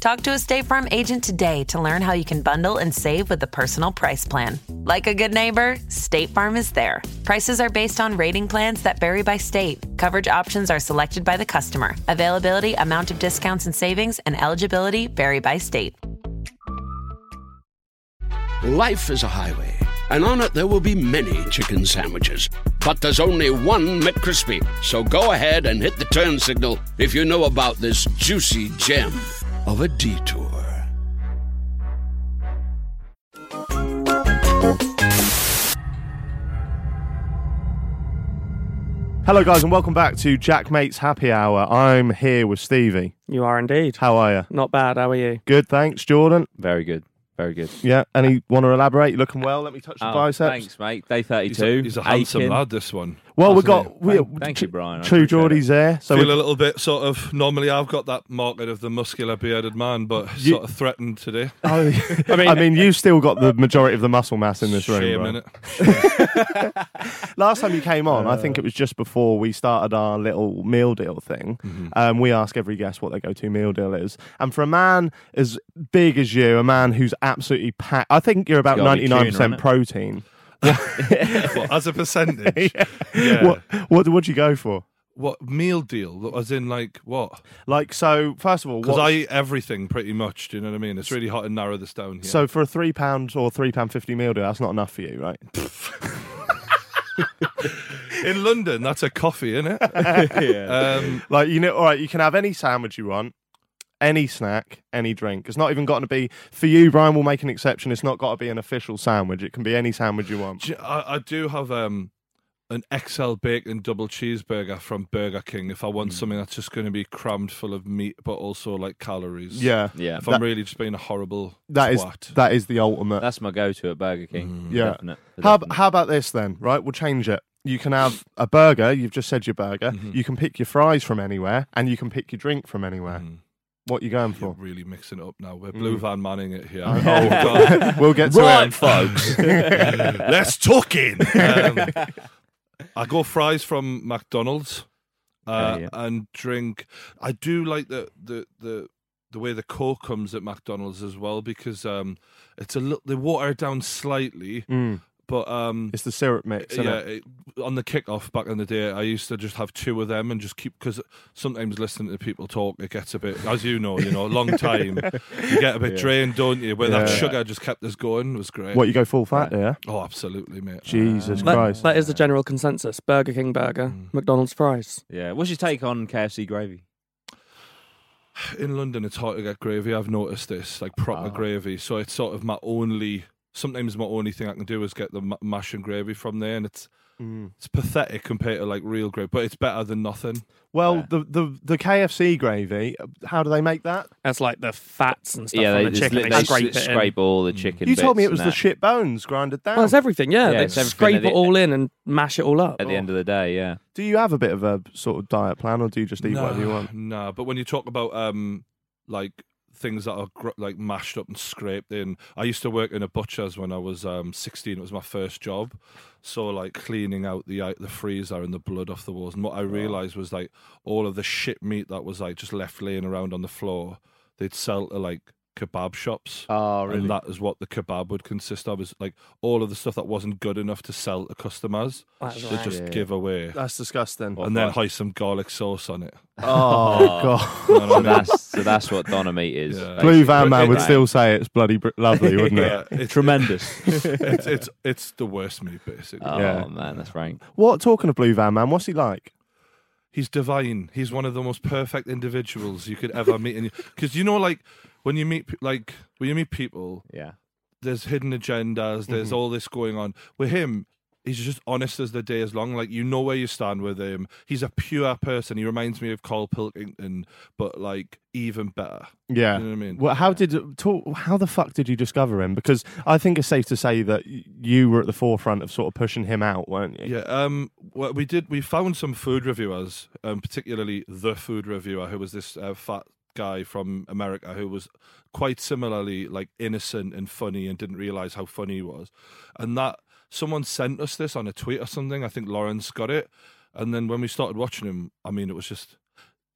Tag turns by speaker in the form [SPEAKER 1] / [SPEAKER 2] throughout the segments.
[SPEAKER 1] Talk to a State Farm agent today to learn how you can bundle and save with the Personal Price Plan. Like a good neighbor, State Farm is there. Prices are based on rating plans that vary by state. Coverage options are selected by the customer. Availability, amount of discounts and savings, and eligibility vary by state.
[SPEAKER 2] Life is a highway, and on it there will be many chicken sandwiches. But there's only one McCrispy. So go ahead and hit the turn signal if you know about this juicy gem of a detour.
[SPEAKER 3] Hello, guys, and welcome back to Jack Mate's Happy Hour. I'm here with Stevie.
[SPEAKER 4] You are indeed.
[SPEAKER 3] How are you?
[SPEAKER 4] Not bad. How are you?
[SPEAKER 3] Good, thanks, Jordan.
[SPEAKER 5] Very good. Very good.
[SPEAKER 3] Yeah, any want to elaborate? You're looking well. Let me touch the
[SPEAKER 5] Oh,
[SPEAKER 3] biceps.
[SPEAKER 5] Thanks, mate. Day 32.
[SPEAKER 6] He's a, he's a handsome
[SPEAKER 5] aching.
[SPEAKER 6] lad, this one.
[SPEAKER 3] Well, we
[SPEAKER 6] That's
[SPEAKER 3] got we,
[SPEAKER 5] Thank- thank you, Brian. I
[SPEAKER 3] True
[SPEAKER 5] appreciate
[SPEAKER 3] Geordie's there, so
[SPEAKER 6] Feel
[SPEAKER 3] we-
[SPEAKER 6] a little bit sort of. Normally, I've got that market of the muscular bearded man, but sort of threatened today.
[SPEAKER 3] I, mean, you've still got the majority of the muscle mass in this room.
[SPEAKER 6] Shame,
[SPEAKER 3] right?
[SPEAKER 6] innit?
[SPEAKER 3] Last time you came on, I think it was just before we started our little meal deal thing.
[SPEAKER 5] Mm-hmm.
[SPEAKER 3] Um, we ask every guest what their go-to meal deal is, and for a man as big as you, a man who's absolutely packed, I think you're about
[SPEAKER 5] It's gotta be
[SPEAKER 3] ninety-nine percent
[SPEAKER 5] tuna, innit?
[SPEAKER 3] protein.
[SPEAKER 6] What, as a percentage. yeah.
[SPEAKER 3] What what would you go for?
[SPEAKER 6] What meal deal? As in, like, what?
[SPEAKER 3] Like so, first of all,
[SPEAKER 6] Because
[SPEAKER 3] what-
[SPEAKER 6] I eat everything pretty much. Do you know what I mean? It's really hard to narrow this down here.
[SPEAKER 3] so for a three pound or three pound fifty meal deal, that's not enough for you, right?
[SPEAKER 6] in London, that's a coffee, isn't it? Um,
[SPEAKER 3] Like you know, all right, you can have any sandwich you want, any snack, any drink. It's not even got to be for you, Brian. will make an exception. It's not got to be an official sandwich. It can be any sandwich you want.
[SPEAKER 6] do you- I, I do have um, an XL bacon double cheeseburger from Burger King if I want
[SPEAKER 3] Hmm.
[SPEAKER 6] something that's just going to be crammed full of meat, but also like calories.
[SPEAKER 3] Yeah,
[SPEAKER 5] Yeah.
[SPEAKER 6] If
[SPEAKER 3] That-
[SPEAKER 6] I'm really just being a horrible
[SPEAKER 3] that is
[SPEAKER 6] twat.
[SPEAKER 3] that is the ultimate.
[SPEAKER 5] That's my go to at Burger King.
[SPEAKER 3] Yeah.
[SPEAKER 5] Definite.
[SPEAKER 3] how
[SPEAKER 5] Definite.
[SPEAKER 3] how about this then? Right, we'll change it. You can have a burger. You've just said your burger. You can pick your fries from anywhere, and you can pick your drink from anywhere. What you going for?
[SPEAKER 6] You're really mixing it up now. We're
[SPEAKER 3] Mm.
[SPEAKER 6] Blue Van Manning it here. Oh,
[SPEAKER 3] we'll get to
[SPEAKER 5] Right,
[SPEAKER 3] it.
[SPEAKER 5] folks.
[SPEAKER 6] God. Let's talk in. Um, I go fries from McDonald's uh,
[SPEAKER 5] Okay, yeah.
[SPEAKER 6] and drink. I do like the, the, the, the way the Coke comes at McDonald's as well because um, it's a little, they water it down slightly,
[SPEAKER 3] Mm,
[SPEAKER 6] but um,
[SPEAKER 3] it's the syrup mix. Isn't
[SPEAKER 6] yeah,
[SPEAKER 3] it?
[SPEAKER 6] it, on the kickoff back in the day, I used to just have two of them and just keep because sometimes listening to people talk, it gets a bit, as you know, you know, a long time, you get a bit drained, don't you? Where that
[SPEAKER 3] Yeah.
[SPEAKER 6] sugar just kept us going was great.
[SPEAKER 3] What you go full fat? Yeah.
[SPEAKER 6] Oh, absolutely, mate.
[SPEAKER 3] Jesus
[SPEAKER 4] That-
[SPEAKER 3] Christ.
[SPEAKER 4] that is the general consensus. Burger King burger, McDonald's fries.
[SPEAKER 5] yeah. What's your take on KFC gravy?
[SPEAKER 6] In London, it's hard to get gravy. I've noticed this, like proper
[SPEAKER 3] Ah.
[SPEAKER 6] gravy. So it's sort of my only. Sometimes my only thing I can do is get the ma- mash and gravy from there, and it's
[SPEAKER 3] Mm.
[SPEAKER 6] it's pathetic compared to like real gravy, but it's better than nothing.
[SPEAKER 3] Well, the, the the KFC gravy. How do they make that?
[SPEAKER 4] That's like the fats and stuff on the
[SPEAKER 5] just
[SPEAKER 4] chicken.
[SPEAKER 5] li-
[SPEAKER 4] They,
[SPEAKER 5] they
[SPEAKER 4] scrape
[SPEAKER 5] s-
[SPEAKER 4] it in.
[SPEAKER 5] scrape all the chicken.
[SPEAKER 3] You told me
[SPEAKER 5] bits
[SPEAKER 3] it was
[SPEAKER 5] and
[SPEAKER 3] the
[SPEAKER 5] that
[SPEAKER 3] shit bones grinded down.
[SPEAKER 4] Well, it's everything, yeah.
[SPEAKER 5] Yeah,
[SPEAKER 4] they
[SPEAKER 5] it's everything
[SPEAKER 4] scrape
[SPEAKER 5] that
[SPEAKER 4] it
[SPEAKER 5] it-
[SPEAKER 4] all in and mash it all up.
[SPEAKER 5] At the end of the day, yeah.
[SPEAKER 3] do you have a bit of a sort of diet plan, or do you just eat
[SPEAKER 6] No,
[SPEAKER 3] whatever you want?
[SPEAKER 6] No, but when you talk about um, like things that are gr- like mashed up and scraped in, I used to work in a butcher's when I was um 16. It was my first job, so like cleaning out the uh, the freezer and the blood off the walls. And what I realized was like all of the shit meat that was like just left laying around on the floor, they'd sell to like kebab shops.
[SPEAKER 3] Oh, really?
[SPEAKER 6] And that is what the kebab would consist of is like all of the stuff that wasn't good enough to sell to customers.
[SPEAKER 4] That's
[SPEAKER 6] They
[SPEAKER 4] right.
[SPEAKER 6] just give away
[SPEAKER 3] That's disgusting.
[SPEAKER 6] and then hoist some garlic sauce on it.
[SPEAKER 3] oh god.
[SPEAKER 6] You know what I
[SPEAKER 5] So
[SPEAKER 6] mean?
[SPEAKER 5] that's, so that's what Donna meat is.
[SPEAKER 6] Yeah.
[SPEAKER 3] Blue Van
[SPEAKER 6] But
[SPEAKER 3] Man
[SPEAKER 6] it-
[SPEAKER 3] would
[SPEAKER 6] right.
[SPEAKER 3] still say it's bloody br- lovely, wouldn't
[SPEAKER 6] Yeah,
[SPEAKER 3] it?
[SPEAKER 6] it's,
[SPEAKER 5] Tremendous.
[SPEAKER 6] it's it's it's the worst meat basically.
[SPEAKER 5] Oh,
[SPEAKER 3] Yeah.
[SPEAKER 5] man, that's rank.
[SPEAKER 3] What talking of Blue Van Man? What's he like?
[SPEAKER 6] He's divine. He's one of the most perfect individuals you could ever meet. Because you know, like when you meet pe- like when you meet people,
[SPEAKER 5] Yeah.
[SPEAKER 6] there's hidden agendas. There's all this going on with him. He's just honest as the day is long. Like you know where you stand with him. He's a pure person. He reminds me of Carl Pilkington, but like even better.
[SPEAKER 7] Yeah.
[SPEAKER 6] You know what I mean?
[SPEAKER 7] Well, how did talk, how the fuck did you discover him? Because I think it's safe to say that y- you were at the forefront of sort of pushing him out, weren't you?
[SPEAKER 6] Yeah. Um. What we did, we found some food reviewers, um, particularly the food reviewer who was this uh, fat guy from America who was quite similarly like innocent and funny and didn't realize how funny he was, and that someone sent us this on a tweet or something. I think Lawrence got it, and then when we started watching him, I mean, it was just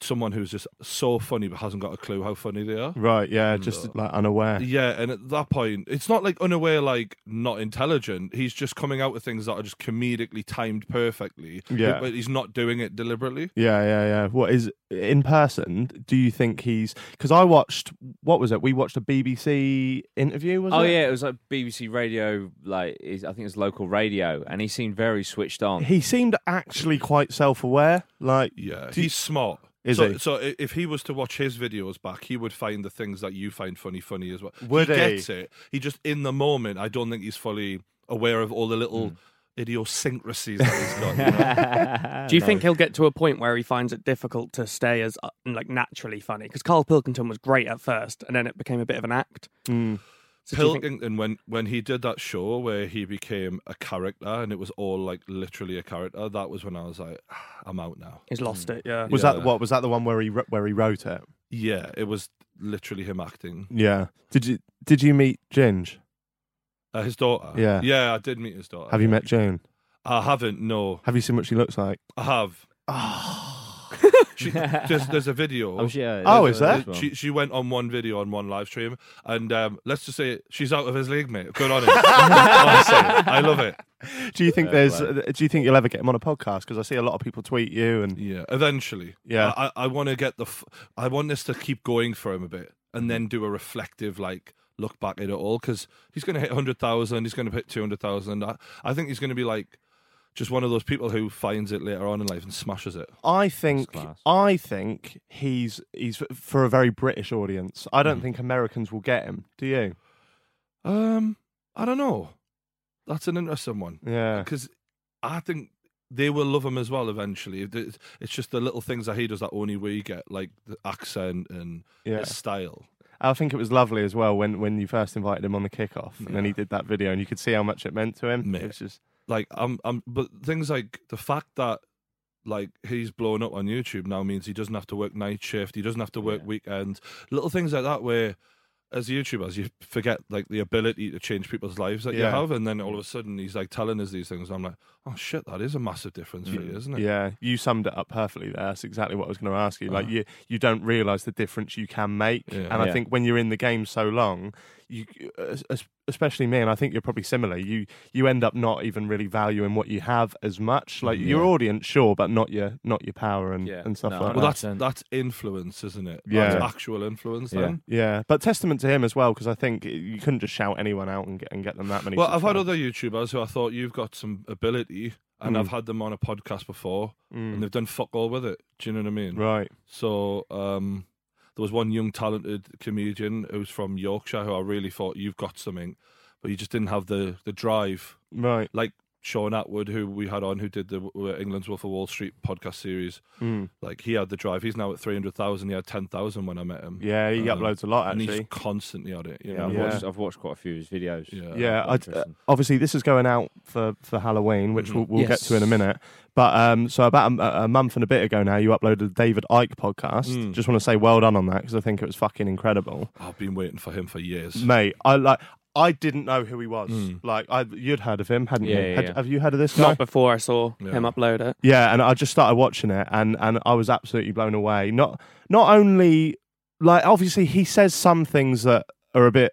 [SPEAKER 6] someone who's just so funny but hasn't got a clue how funny they are.
[SPEAKER 7] Right. Yeah. Just like unaware.
[SPEAKER 6] Yeah, and at that point, it's not like unaware, like not intelligent. He's just coming out with things that are just comedically timed perfectly.
[SPEAKER 7] Yeah.
[SPEAKER 6] but he's not doing it deliberately.
[SPEAKER 7] Yeah, yeah, yeah. What is in person? Do you think he's? Because I watched what was it? We watched a BBC interview. Was
[SPEAKER 5] oh
[SPEAKER 7] it?
[SPEAKER 5] yeah, it was like BBC Radio, like is- I think it's local radio, and he seemed very switched on.
[SPEAKER 7] He seemed actually quite self-aware. Like
[SPEAKER 6] Yeah,
[SPEAKER 7] Do you-
[SPEAKER 6] he's smart.
[SPEAKER 7] Is
[SPEAKER 6] so,
[SPEAKER 7] he?
[SPEAKER 6] so i- if he was to watch his videos back, he would find the things that you find funny funny as well.
[SPEAKER 7] Would
[SPEAKER 6] he?
[SPEAKER 7] he?
[SPEAKER 6] Gets it. He just in the moment. I don't think he's fully aware of all the little
[SPEAKER 7] Hmm.
[SPEAKER 6] idiosyncrasies that he's got. you know?
[SPEAKER 4] Do you think he'll get to a point where he finds it difficult to stay as uh, like naturally funny? Because Carl Pilkington was great at first, and then it became a bit of an act. So do you think-
[SPEAKER 6] Pilkington, when when he did that show where he became a character and it was all like literally a character, that was when I was like, "Ah, I'm out now.
[SPEAKER 4] he's lost it. Yeah.
[SPEAKER 7] was that
[SPEAKER 6] Yeah.
[SPEAKER 7] what was that the one where he wr- where he wrote it?
[SPEAKER 6] Yeah, it was literally him acting.
[SPEAKER 7] Yeah. Did you did you meet Ginge?
[SPEAKER 6] Uh, his daughter.
[SPEAKER 7] Yeah.
[SPEAKER 6] Yeah, I did meet his daughter.
[SPEAKER 7] Have you met June?
[SPEAKER 6] I haven't, no.
[SPEAKER 7] Have you seen what she looks like?
[SPEAKER 6] I have. she, there's, there's a video.
[SPEAKER 5] Oh, yeah,
[SPEAKER 7] Oh,
[SPEAKER 5] there's
[SPEAKER 7] is
[SPEAKER 5] one-
[SPEAKER 7] there?
[SPEAKER 5] there's one.
[SPEAKER 6] She, she went on one video on one live stream, and um, let's just say she's out of his league, mate. Good on him. Honestly, I love it.
[SPEAKER 7] Do you think
[SPEAKER 5] Uh,
[SPEAKER 7] there's? Do you think you'll ever get him on a podcast? Because I see a lot of people tweet you and
[SPEAKER 6] Yeah, eventually.
[SPEAKER 7] Yeah.
[SPEAKER 6] I, I, I want to get the. F- I want this to keep going for him a bit, and then do a reflective like look back at it all because he's going to hit hundred thousand. He's going to hit two hundred thousand. I, I think he's going to be like just one of those people who finds it later on in life and smashes it.
[SPEAKER 7] I think
[SPEAKER 5] class.
[SPEAKER 7] I think he's he's f- for a very British audience. I don't think Americans will get him. Do you?
[SPEAKER 6] Um, I don't know. That's an interesting one
[SPEAKER 7] Yeah.
[SPEAKER 6] because I think they will love him as well eventually. It- It's just the little things that he does that only we get, like the accent and
[SPEAKER 7] Yeah.
[SPEAKER 6] his style.
[SPEAKER 7] I think it was lovely as well when, when you first invited him on the kickoff, and then he did that video, and you could see how much it meant to him.
[SPEAKER 6] Mate.
[SPEAKER 7] It was just
[SPEAKER 6] like I'm, I'm, but things like the fact that like he's blown up on YouTube now means he doesn't have to work night shift, he doesn't have to work weekends, little things like that where. As YouTubers, you forget like the ability to change people's lives that you
[SPEAKER 7] Yeah.
[SPEAKER 6] have, and then all of a sudden he's like telling us these things. I'm like, oh shit, that is a massive difference for you, isn't it?
[SPEAKER 7] Mm. yeah, you summed it up perfectly there. That's exactly what I was going to ask you. Like you, you don't realise the difference you can make,
[SPEAKER 6] Uh-huh. Yeah.
[SPEAKER 7] and I
[SPEAKER 5] Yeah.
[SPEAKER 7] think when you're in the game so long, you, es- es- especially me, and I think you're probably similar. You you end up not even really valuing what you have as much. Like your audience, sure, but not your not your power and
[SPEAKER 5] Yeah.
[SPEAKER 7] and stuff
[SPEAKER 5] No,
[SPEAKER 7] like
[SPEAKER 6] Well,
[SPEAKER 7] that.
[SPEAKER 6] that's
[SPEAKER 5] 100%.
[SPEAKER 6] that's influence, isn't it?
[SPEAKER 7] Yeah.
[SPEAKER 6] that's actual influence.
[SPEAKER 5] Yeah.
[SPEAKER 6] Then.
[SPEAKER 7] Yeah, but testament to him as well because I think you couldn't just shout anyone out and get and get them that many.
[SPEAKER 6] Well, I've had
[SPEAKER 7] subscribers.
[SPEAKER 6] other YouTubers who I thought you've got some ability, and
[SPEAKER 7] Mm.
[SPEAKER 6] I've had them on a podcast before, and they've done fuck all with it. Do you know what I mean?
[SPEAKER 7] right.
[SPEAKER 6] So um, there was one young talented comedian who's from Yorkshire who I really thought you've got something, but you just didn't have the the drive
[SPEAKER 7] Right.
[SPEAKER 6] like Sean Atwood who we had on who did the uh, England's Wolf of Wall Street podcast series.
[SPEAKER 7] Hmm.
[SPEAKER 6] Like he had the drive. He's now at three hundred thousand. He had ten thousand when I met him.
[SPEAKER 7] Yeah, he
[SPEAKER 6] Um,
[SPEAKER 7] uploads a lot
[SPEAKER 6] and
[SPEAKER 7] actually.
[SPEAKER 6] he's constantly on it. You
[SPEAKER 5] Yeah,
[SPEAKER 6] know?
[SPEAKER 5] I've,
[SPEAKER 7] Yeah.
[SPEAKER 5] Watched, I've watched quite a few of his videos.
[SPEAKER 6] Yeah.
[SPEAKER 5] quite
[SPEAKER 7] yeah, I, uh,
[SPEAKER 5] Oh, interesting. Mm-hmm.
[SPEAKER 7] obviously this is going out for, for Halloween, which we'll, we'll get to in a
[SPEAKER 5] Yes.
[SPEAKER 7] minute. But um, so about a, a month and a bit ago now, you uploaded the David Icke podcast.
[SPEAKER 5] Mm.
[SPEAKER 7] Just want to say well done on that because I think it was fucking incredible,
[SPEAKER 6] I've been waiting for him for years.
[SPEAKER 7] mate. I like. I didn't know who he was. Like, I you'd heard of him, hadn't
[SPEAKER 5] Mm. Yeah,
[SPEAKER 7] you?
[SPEAKER 5] yeah,
[SPEAKER 7] Had-
[SPEAKER 5] yeah.
[SPEAKER 7] Have you heard of this guy?
[SPEAKER 4] Not before I saw him upload it.
[SPEAKER 7] Yeah, and I just started watching it, and and I was absolutely blown away. Not not only like obviously he says some things that are a bit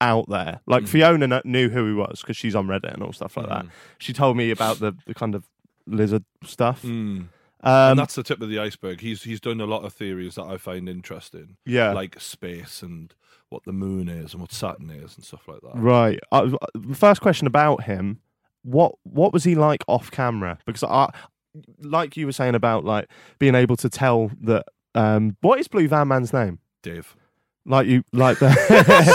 [SPEAKER 7] out there. Like Fiona kn- knew who he was because she's on Reddit and all stuff like that. She told me about the the kind of lizard stuff.
[SPEAKER 6] Mm.
[SPEAKER 7] Um,
[SPEAKER 6] and that's the tip of the iceberg. He's he's done a lot of theories that I find interesting.
[SPEAKER 7] Yeah.
[SPEAKER 6] like space and what the moon is and what Saturn is and stuff like that.
[SPEAKER 7] right. Uh, first question about him: what what was he like off camera? Because I like you were saying about like being able to tell that. Um, what is Blue Van Man's name?
[SPEAKER 6] Dave,
[SPEAKER 7] Like you, like that.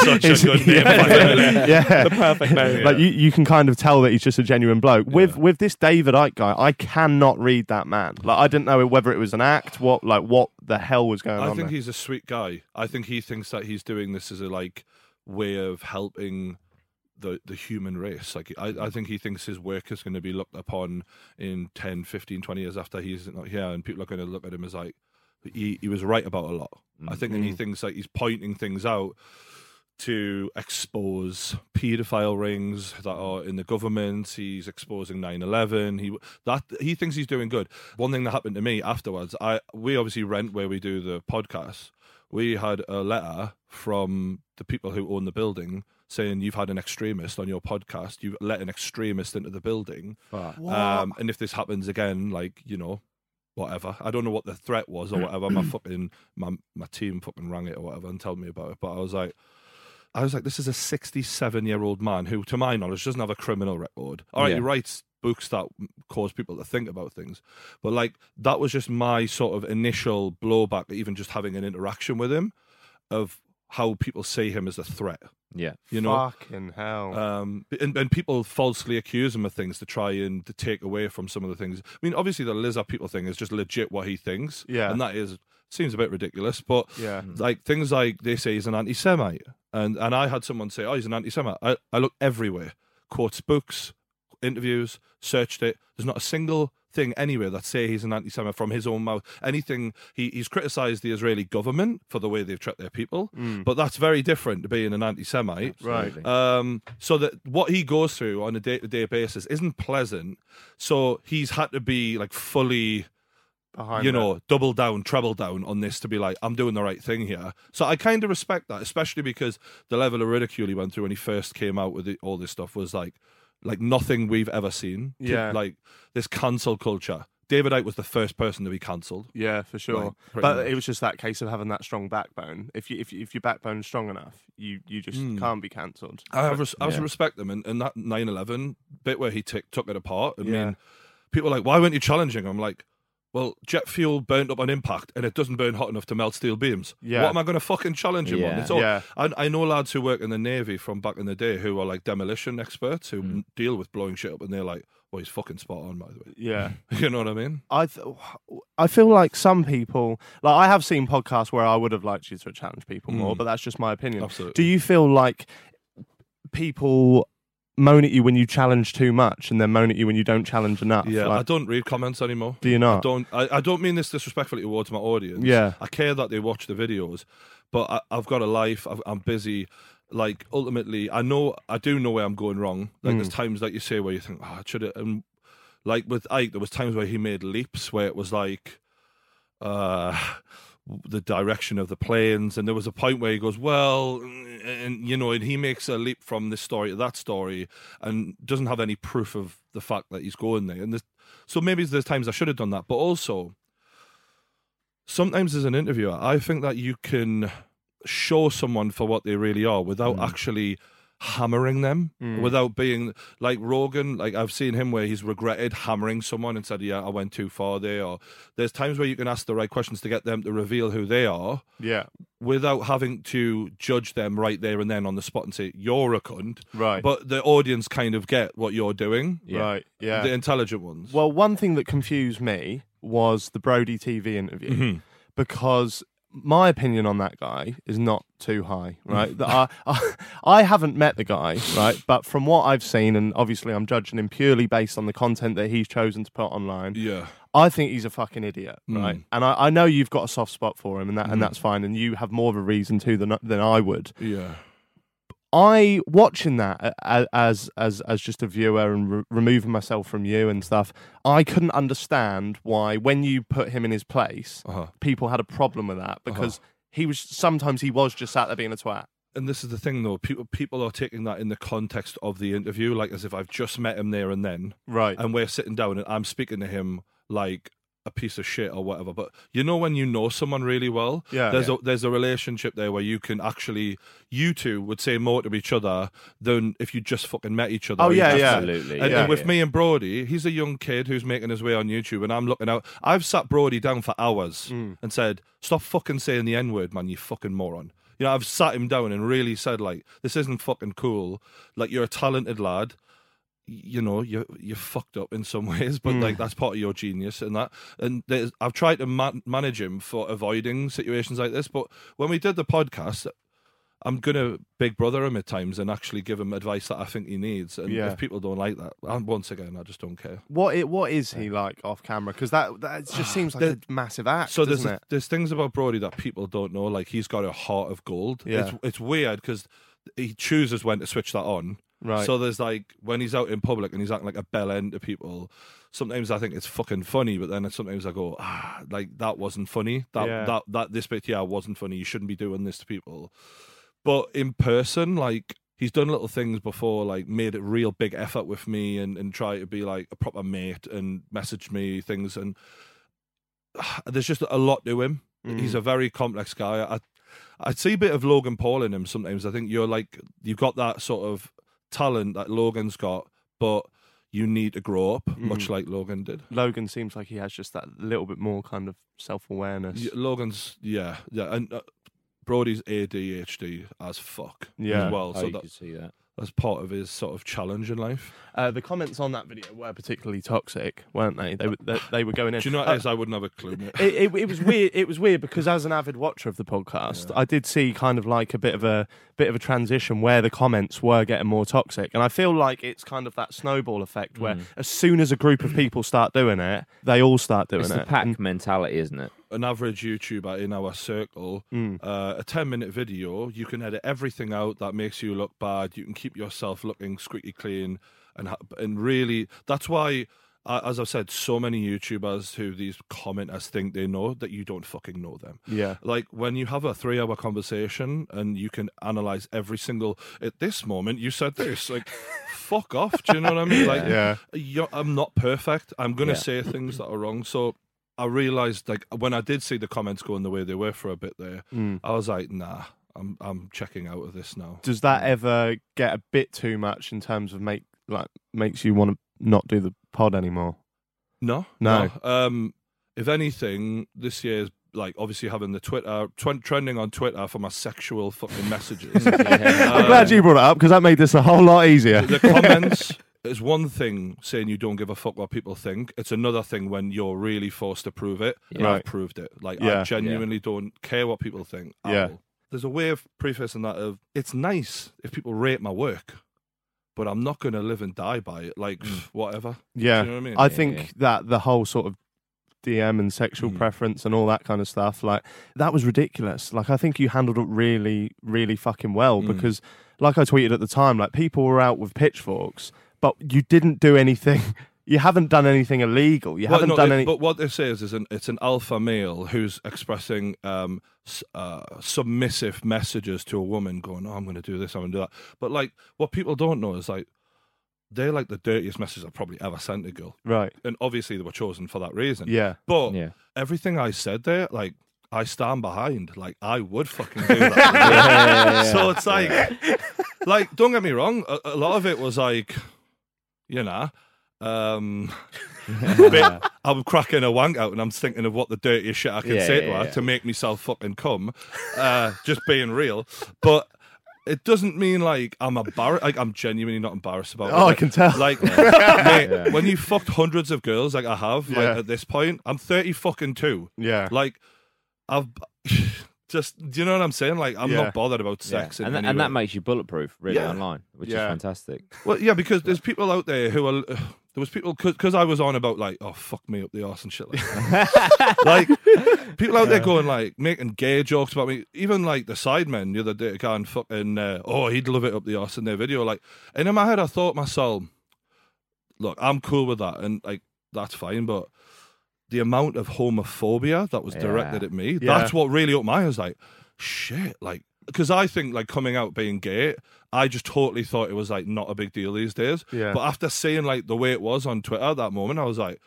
[SPEAKER 6] Such a good name.
[SPEAKER 7] Yeah,
[SPEAKER 6] by the way.
[SPEAKER 7] yeah. yeah.
[SPEAKER 6] perfect name.
[SPEAKER 7] Like you, you can kind of tell that he's just a genuine bloke. With with this David Icke guy, I cannot read that man. Like I didn't know whether it was an act, what like what the hell was going
[SPEAKER 6] I
[SPEAKER 7] on.
[SPEAKER 6] think
[SPEAKER 7] there.
[SPEAKER 6] he's a sweet guy. I think he thinks that he's doing this as a like way of helping the the human race. Like I, I think he thinks his work is going to be looked upon in 10, 15, 20 years after he's not here, and people are going to look at him as like he, he was right about a lot. I
[SPEAKER 7] Mm.
[SPEAKER 6] think, and he thinks like he's pointing things out to expose paedophile rings that are in the government. He's exposing 9/11. He that he thinks he's doing good. One thing that happened to me afterwards, I we obviously rent where we do the podcast. We had a letter from the people who own the building saying you've had an extremist on your podcast. You've let an extremist into the building. Um, and if this happens again, like you know, whatever. I don't know what the threat was or whatever. My fucking my my team fucking rang it or whatever and told me about it. But I was like, I was like, this is a 67 year old man who, to my knowledge, doesn't have a criminal record. All right,
[SPEAKER 5] Yeah.
[SPEAKER 6] he writes books that cause people to think about things, but like that was just my sort of initial blowback, even just having an interaction with him of how people see him as a threat.
[SPEAKER 5] Yeah.
[SPEAKER 6] You know,
[SPEAKER 7] Fucking hell.
[SPEAKER 6] um, and, and people falsely accuse him of things to try and to take away from some of the things. I mean, obviously the lizard people thing is just legit what he thinks.
[SPEAKER 7] Yeah.
[SPEAKER 6] and that is seems a bit ridiculous, but
[SPEAKER 7] Yeah.
[SPEAKER 6] like things like they say he's an anti-Semite, and and I had someone say, oh, he's an anti-Semite. I, I look everywhere, quotes books, interviews, searched it. There's not a single thing anywhere that say he's an anti-Semite from his own mouth. Anything he, he's criticised the Israeli government for the way they've treated their people, but that's very different to being an anti-Semite.
[SPEAKER 7] right.
[SPEAKER 6] Um, so that what he goes through on a day to day basis isn't pleasant. So he's had to be like fully,
[SPEAKER 7] Behind
[SPEAKER 6] you
[SPEAKER 7] that.
[SPEAKER 6] know, double down, treble down on this to be like, I'm doing the right thing here. So I kind of respect that, especially because the level of ridicule he went through when he first came out with it, all this stuff was like, like nothing we've ever seen. Pe-
[SPEAKER 7] Yeah.
[SPEAKER 6] like this cancel culture. David Icke was the first person to be cancelled.
[SPEAKER 7] Yeah, for sure.
[SPEAKER 6] Like, pretty
[SPEAKER 7] but
[SPEAKER 6] much.
[SPEAKER 7] it was just that case of having that strong backbone. If you if, you- if your backbone's strong enough, you you just can't be cancelled.
[SPEAKER 6] I have, res- I have to respect them, and, and that 9-11 bit where he t- took it apart. I
[SPEAKER 7] Yeah.
[SPEAKER 6] mean, people are like, why weren't you challenging? I'm like, well, jet fuel burnt up on impact, and it doesn't burn hot enough to melt steel beams.
[SPEAKER 7] Yeah.
[SPEAKER 6] What am I going to fucking challenge him on?
[SPEAKER 5] Yeah.
[SPEAKER 6] It's all.
[SPEAKER 7] Yeah.
[SPEAKER 6] I, I know lads who work in the navy from back in the day who are like demolition experts who
[SPEAKER 7] Mm.
[SPEAKER 6] deal with blowing shit up, and they're like, well, he's fucking spot on, by the way.
[SPEAKER 7] Yeah.
[SPEAKER 6] You know what I mean?
[SPEAKER 7] I th- I feel like some people like I have seen podcasts where I would have liked you to challenge people more, but that's just my opinion.
[SPEAKER 6] Mm. Absolutely.
[SPEAKER 7] Do you feel like people moan at you when you challenge too much, and then moan at you when you don't challenge enough?
[SPEAKER 6] Yeah,
[SPEAKER 7] Like,
[SPEAKER 6] I don't read comments anymore.
[SPEAKER 7] Do you not?
[SPEAKER 6] don't I, I don't mean this disrespectfully towards my audience.
[SPEAKER 7] Yeah.
[SPEAKER 6] I care that they watch the videos, but I, I've got a life. I've, I'm busy. Like ultimately, I know I do know where I'm going wrong. Like there's times that you say where you think, oh, I should have. And like with Ike, there was times where he made leaps where it was like, uh, the direction of the planes, and there was a point where he goes, well, mm, and you know, and he makes a leap from this story to that story, and doesn't have any proof of the fact that he's going there. And there's, so maybe there's times I should have done that, but also sometimes as an interviewer, I think that you can show someone for what they really are without
[SPEAKER 7] Mm.
[SPEAKER 6] actually hammering them without being like Rogan like I've seen him where he's regretted hammering someone and said yeah I went too far there or there's times where you can ask the right questions to get them to reveal who they are
[SPEAKER 7] yeah.
[SPEAKER 6] without having to judge them right there and then on the spot and say you're a cunt
[SPEAKER 7] Right.
[SPEAKER 6] but the audience kind of get what you're doing
[SPEAKER 7] Right. Yeah.
[SPEAKER 6] the intelligent ones
[SPEAKER 7] Well, one thing that confused me was the Brody TV interview because my opinion on that guy is not too high, right? That I, I, I haven't met the guy, right? But from what I've seen, and obviously I'm judging him purely based on the content that he's chosen to put online,
[SPEAKER 6] yeah
[SPEAKER 7] I think he's a fucking idiot, right? And I, I know you've got a soft spot for him, and that and that's fine, and you have more of a reason to than than I would.
[SPEAKER 6] yeah
[SPEAKER 7] I watching that a- a- as as as just a viewer and re- removing myself from you and stuff. I couldn't understand why when you put him in his place,
[SPEAKER 6] Uh-huh.
[SPEAKER 7] people had a problem with that because he was sometimes he was just sat there being a twat.
[SPEAKER 6] and this is the thing though people people are taking that in the context of the interview like as if i've just met him there and then
[SPEAKER 7] Right.
[SPEAKER 6] and we're sitting down and i'm speaking to him like a piece of shit or whatever but you know when you know someone really well
[SPEAKER 7] Yeah.
[SPEAKER 6] there's
[SPEAKER 7] Yeah.
[SPEAKER 6] a there's a relationship there where you can actually you two would say more to each other than if you just fucking met each other
[SPEAKER 7] Oh,
[SPEAKER 6] or you
[SPEAKER 7] yeah,
[SPEAKER 6] just
[SPEAKER 7] yeah.
[SPEAKER 5] Absolutely,
[SPEAKER 6] and,
[SPEAKER 7] yeah.
[SPEAKER 6] and with me and Brody, he's a young kid who's making his way on YouTube, and I'm looking out.
[SPEAKER 7] Mm.
[SPEAKER 6] I've sat Brody down for hours and said, "Stop fucking saying the N word, man! You fucking moron! You know, I've sat him down and really said like, this isn't fucking cool. Like you're a talented lad. Y- You know, you you're fucked up in some ways,
[SPEAKER 7] Mm.
[SPEAKER 6] but like that's part of your genius and that. And there's, I've tried to man- manage him for avoiding situations like this. But when we did the podcast, I'm gonna big brother him at times and actually give him advice that I think he needs. And
[SPEAKER 3] Yeah.
[SPEAKER 6] if people don't like that, and once again, I just don't care.
[SPEAKER 3] What it, what is he like off camera? Because that that just seems like
[SPEAKER 6] The-
[SPEAKER 3] a massive act,
[SPEAKER 6] So there's
[SPEAKER 3] doesn't it?
[SPEAKER 6] there's things about Brody that people don't know. Like he's got a heart of gold.
[SPEAKER 3] Yeah.
[SPEAKER 6] It's, it's weird because he chooses when to switch that on.
[SPEAKER 3] Right.
[SPEAKER 6] So there's like when he's out in public and he's acting like a bell end to people. Sometimes I think it's fucking funny, but then sometimes I go, ah, like that wasn't funny. That
[SPEAKER 3] Yeah.
[SPEAKER 6] that that this bit yeah wasn't funny. You shouldn't be doing this to people. But in person, like he's done little things before, like made a real big effort with me and and try to be like a proper mate and message me things and there's just a lot to him. He's
[SPEAKER 3] Mm.
[SPEAKER 6] a very complex guy. I I see a bit of Logan Paul in him sometimes. I think you're like you've got that sort of talent that Logan's got, but you need to grow up,
[SPEAKER 3] Mm.
[SPEAKER 6] much like Logan did.
[SPEAKER 3] Logan seems like he has just that little bit more kind of self awareness.
[SPEAKER 6] Y- Logan's yeah, yeah, and uh, Brody's ADHD as fuck
[SPEAKER 3] Yeah.
[SPEAKER 6] as well.
[SPEAKER 5] Oh,
[SPEAKER 6] So
[SPEAKER 5] you
[SPEAKER 6] that,
[SPEAKER 5] could see that.
[SPEAKER 6] that's part of his sort of challenge in life.
[SPEAKER 3] Uh, the comments on that video were particularly toxic, weren't they? They were they, they were going in.
[SPEAKER 6] Do you know what
[SPEAKER 3] Uh,
[SPEAKER 6] it is? I wouldn't have a clue. mate.
[SPEAKER 3] it, it, it was weird. It was weird because as an avid watcher of the podcast, I did see kind of like a bit of a bit of a transition where the comments were getting more toxic, and I feel like it's kind of that snowball effect where
[SPEAKER 6] Mm.
[SPEAKER 3] as soon as a group of people start doing it, they all start doing
[SPEAKER 5] It's
[SPEAKER 3] it.
[SPEAKER 5] the pack mentality, isn't it?
[SPEAKER 6] an average YouTuber in our circle, uh, a 10 minute video, you can edit everything out that makes you look bad. You can keep yourself looking squeaky clean. And, ha- and really, that's why, uh, as I've said, so many YouTubers who these commenters think they know that you don't fucking know them.
[SPEAKER 3] Yeah.
[SPEAKER 6] Like when you have a three hour conversation and you can analyze every single, at this moment, you said this. Like, fuck off. Do you know what I mean? Like,
[SPEAKER 3] Yeah.
[SPEAKER 6] you're, I'm not perfect. I'm going to
[SPEAKER 5] Yeah.
[SPEAKER 6] say things that are wrong. So I realized, like, when I did see the comments going the way they were for a bit there,
[SPEAKER 3] Hmm.
[SPEAKER 6] I was like, nah, I'm I'm checking out of this now.
[SPEAKER 3] Does that ever get a bit too much in terms of make like makes you want to not do the pod anymore?
[SPEAKER 6] No,
[SPEAKER 3] No.
[SPEAKER 6] Um, if anything, this year's like obviously having the Twitter twen- trending on Twitter for my sexual fucking messages.
[SPEAKER 5] Oh,
[SPEAKER 3] I'm glad
[SPEAKER 6] Um,
[SPEAKER 3] you brought it up because that made this a whole lot easier.
[SPEAKER 6] the comments is one thing saying you don't give a fuck what people think. It's another thing when you're really forced to prove it. And
[SPEAKER 3] Yeah.
[SPEAKER 6] I've proved it. Like
[SPEAKER 3] Yeah.
[SPEAKER 6] I genuinely don't care what people think. at
[SPEAKER 3] Yeah.
[SPEAKER 6] all. There's a way of prefacing that of it's nice if people rate my work, but I'm not going to live and die by it. Like
[SPEAKER 3] Mm.
[SPEAKER 6] whatever.
[SPEAKER 3] Yeah,
[SPEAKER 6] Do you know what I mean?
[SPEAKER 5] Yeah,
[SPEAKER 3] think
[SPEAKER 5] yeah.
[SPEAKER 3] that the whole sort of DM and
[SPEAKER 6] Hmm.
[SPEAKER 3] sexual preference and all that kind of stuff, like that was ridiculous. Like I think you handled it really, really fucking
[SPEAKER 6] Hmm.
[SPEAKER 3] well because, like I tweeted at the time, like people were out with pitchforks, but you didn't do anything. You haven't done anything illegal. You
[SPEAKER 6] Well,
[SPEAKER 3] haven't
[SPEAKER 6] no,
[SPEAKER 3] done
[SPEAKER 6] it-
[SPEAKER 3] any.
[SPEAKER 6] But what this is is an it's an alpha male who's expressing um, s- uh, submissive messages to a woman, going, "Oh, I'm going to do this, I'm going to do that." But like, what people don't know is like they're like the dirtiest messages I've probably ever sent a girl,
[SPEAKER 3] right.
[SPEAKER 6] and obviously they were chosen for that reason.
[SPEAKER 3] Yeah.
[SPEAKER 6] But
[SPEAKER 5] Yeah.
[SPEAKER 6] everything I said there, like. I stand behind. Like I would fucking do that. So it's like, like don't get me wrong. A, a lot of it was like, you know, um, bit- I'm cracking a wank out and I'm thinking of what the dirtiest shit I can
[SPEAKER 5] Yeah,
[SPEAKER 6] say
[SPEAKER 5] yeah,
[SPEAKER 6] to her
[SPEAKER 5] yeah.
[SPEAKER 6] to make myself fucking cum. Uh, just being real, but. It doesn't mean like I'm embarrassed. Like I'm genuinely not embarrassed about. it.
[SPEAKER 3] Oh, I
[SPEAKER 6] Like-
[SPEAKER 3] can tell.
[SPEAKER 6] Like, mate, when you fucked hundreds of girls, like I have, like
[SPEAKER 3] Yeah.
[SPEAKER 6] at this point, I'm thirty fucking two.
[SPEAKER 3] Yeah.
[SPEAKER 6] Like, I've just, do you know what I'm saying? Like, I'm
[SPEAKER 3] Yeah.
[SPEAKER 6] not bothered about sex.
[SPEAKER 5] Yeah.
[SPEAKER 6] in
[SPEAKER 5] And,
[SPEAKER 6] any
[SPEAKER 5] that- and that
[SPEAKER 6] way.
[SPEAKER 5] makes you bulletproof, really,
[SPEAKER 6] Yeah.
[SPEAKER 5] online, which
[SPEAKER 3] Yeah.
[SPEAKER 5] is fantastic.
[SPEAKER 6] Well, yeah, because there's people out there who are. There was people because I was on about like, oh fuck me up the arse and shit like that. like people out there going like making gay jokes about me. Even like the sidemen the other day going fucking uh, oh he'd love it up the arse in their video. Like and in my head I thought myself, look, I'm cool with that and like that's fine, but the amount of homophobia that was directed
[SPEAKER 5] Yeah.
[SPEAKER 6] at me,
[SPEAKER 3] Yeah.
[SPEAKER 6] that's what really opened my eyes. Like, shit, like, because I think like coming out being gay, I just totally thought it was like not a big deal these days.
[SPEAKER 3] Yeah.
[SPEAKER 6] But after seeing like the way it was on Twitter at that moment, I was like,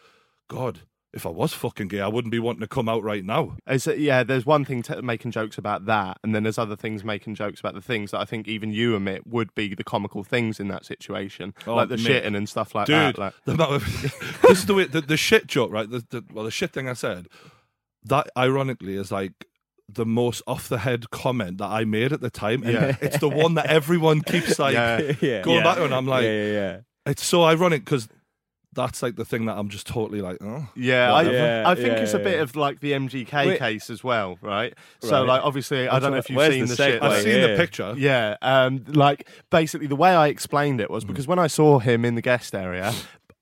[SPEAKER 6] God, if I was fucking gay, I wouldn't be wanting to come out right now.
[SPEAKER 3] It's, uh, yeah, there's one thing t- making jokes about that, and then there's other things making jokes about the things that I think even you admit would be the comical things in that situation,
[SPEAKER 6] Oh,
[SPEAKER 3] like the
[SPEAKER 6] mate.
[SPEAKER 3] shitting and stuff like
[SPEAKER 6] Dude,
[SPEAKER 3] that. Like,
[SPEAKER 6] the amount of- this is the way the, the shit joke, right? The, the, well, the shit thing I said, that ironically is like the most off the head comment that I made at the time, and
[SPEAKER 3] Yeah.
[SPEAKER 6] it's the one that everyone keeps like
[SPEAKER 3] Yeah.
[SPEAKER 5] yeah.
[SPEAKER 6] going
[SPEAKER 3] Yeah.
[SPEAKER 6] back on. I'm like,
[SPEAKER 5] yeah, yeah, yeah.
[SPEAKER 6] it's so ironic because that's like the thing that I'm just totally like, oh,
[SPEAKER 3] Yeah, I,
[SPEAKER 5] Whatever.
[SPEAKER 3] I think
[SPEAKER 5] Yeah,
[SPEAKER 3] it's a
[SPEAKER 5] yeah,
[SPEAKER 3] bit
[SPEAKER 5] yeah.
[SPEAKER 3] of like the MGK
[SPEAKER 5] Wait.
[SPEAKER 3] case as well, right? So
[SPEAKER 5] Right.
[SPEAKER 3] like obviously I
[SPEAKER 5] What's
[SPEAKER 3] don't know
[SPEAKER 5] that-
[SPEAKER 3] if you've
[SPEAKER 5] where's
[SPEAKER 3] seen
[SPEAKER 5] the
[SPEAKER 3] the, shit.
[SPEAKER 5] segue?
[SPEAKER 6] I've
[SPEAKER 3] like-
[SPEAKER 6] seen the
[SPEAKER 5] yeah.
[SPEAKER 6] picture.
[SPEAKER 3] Yeah, um, like basically the way I explained it
[SPEAKER 5] Hmm.
[SPEAKER 3] was because when I saw him in the guest area,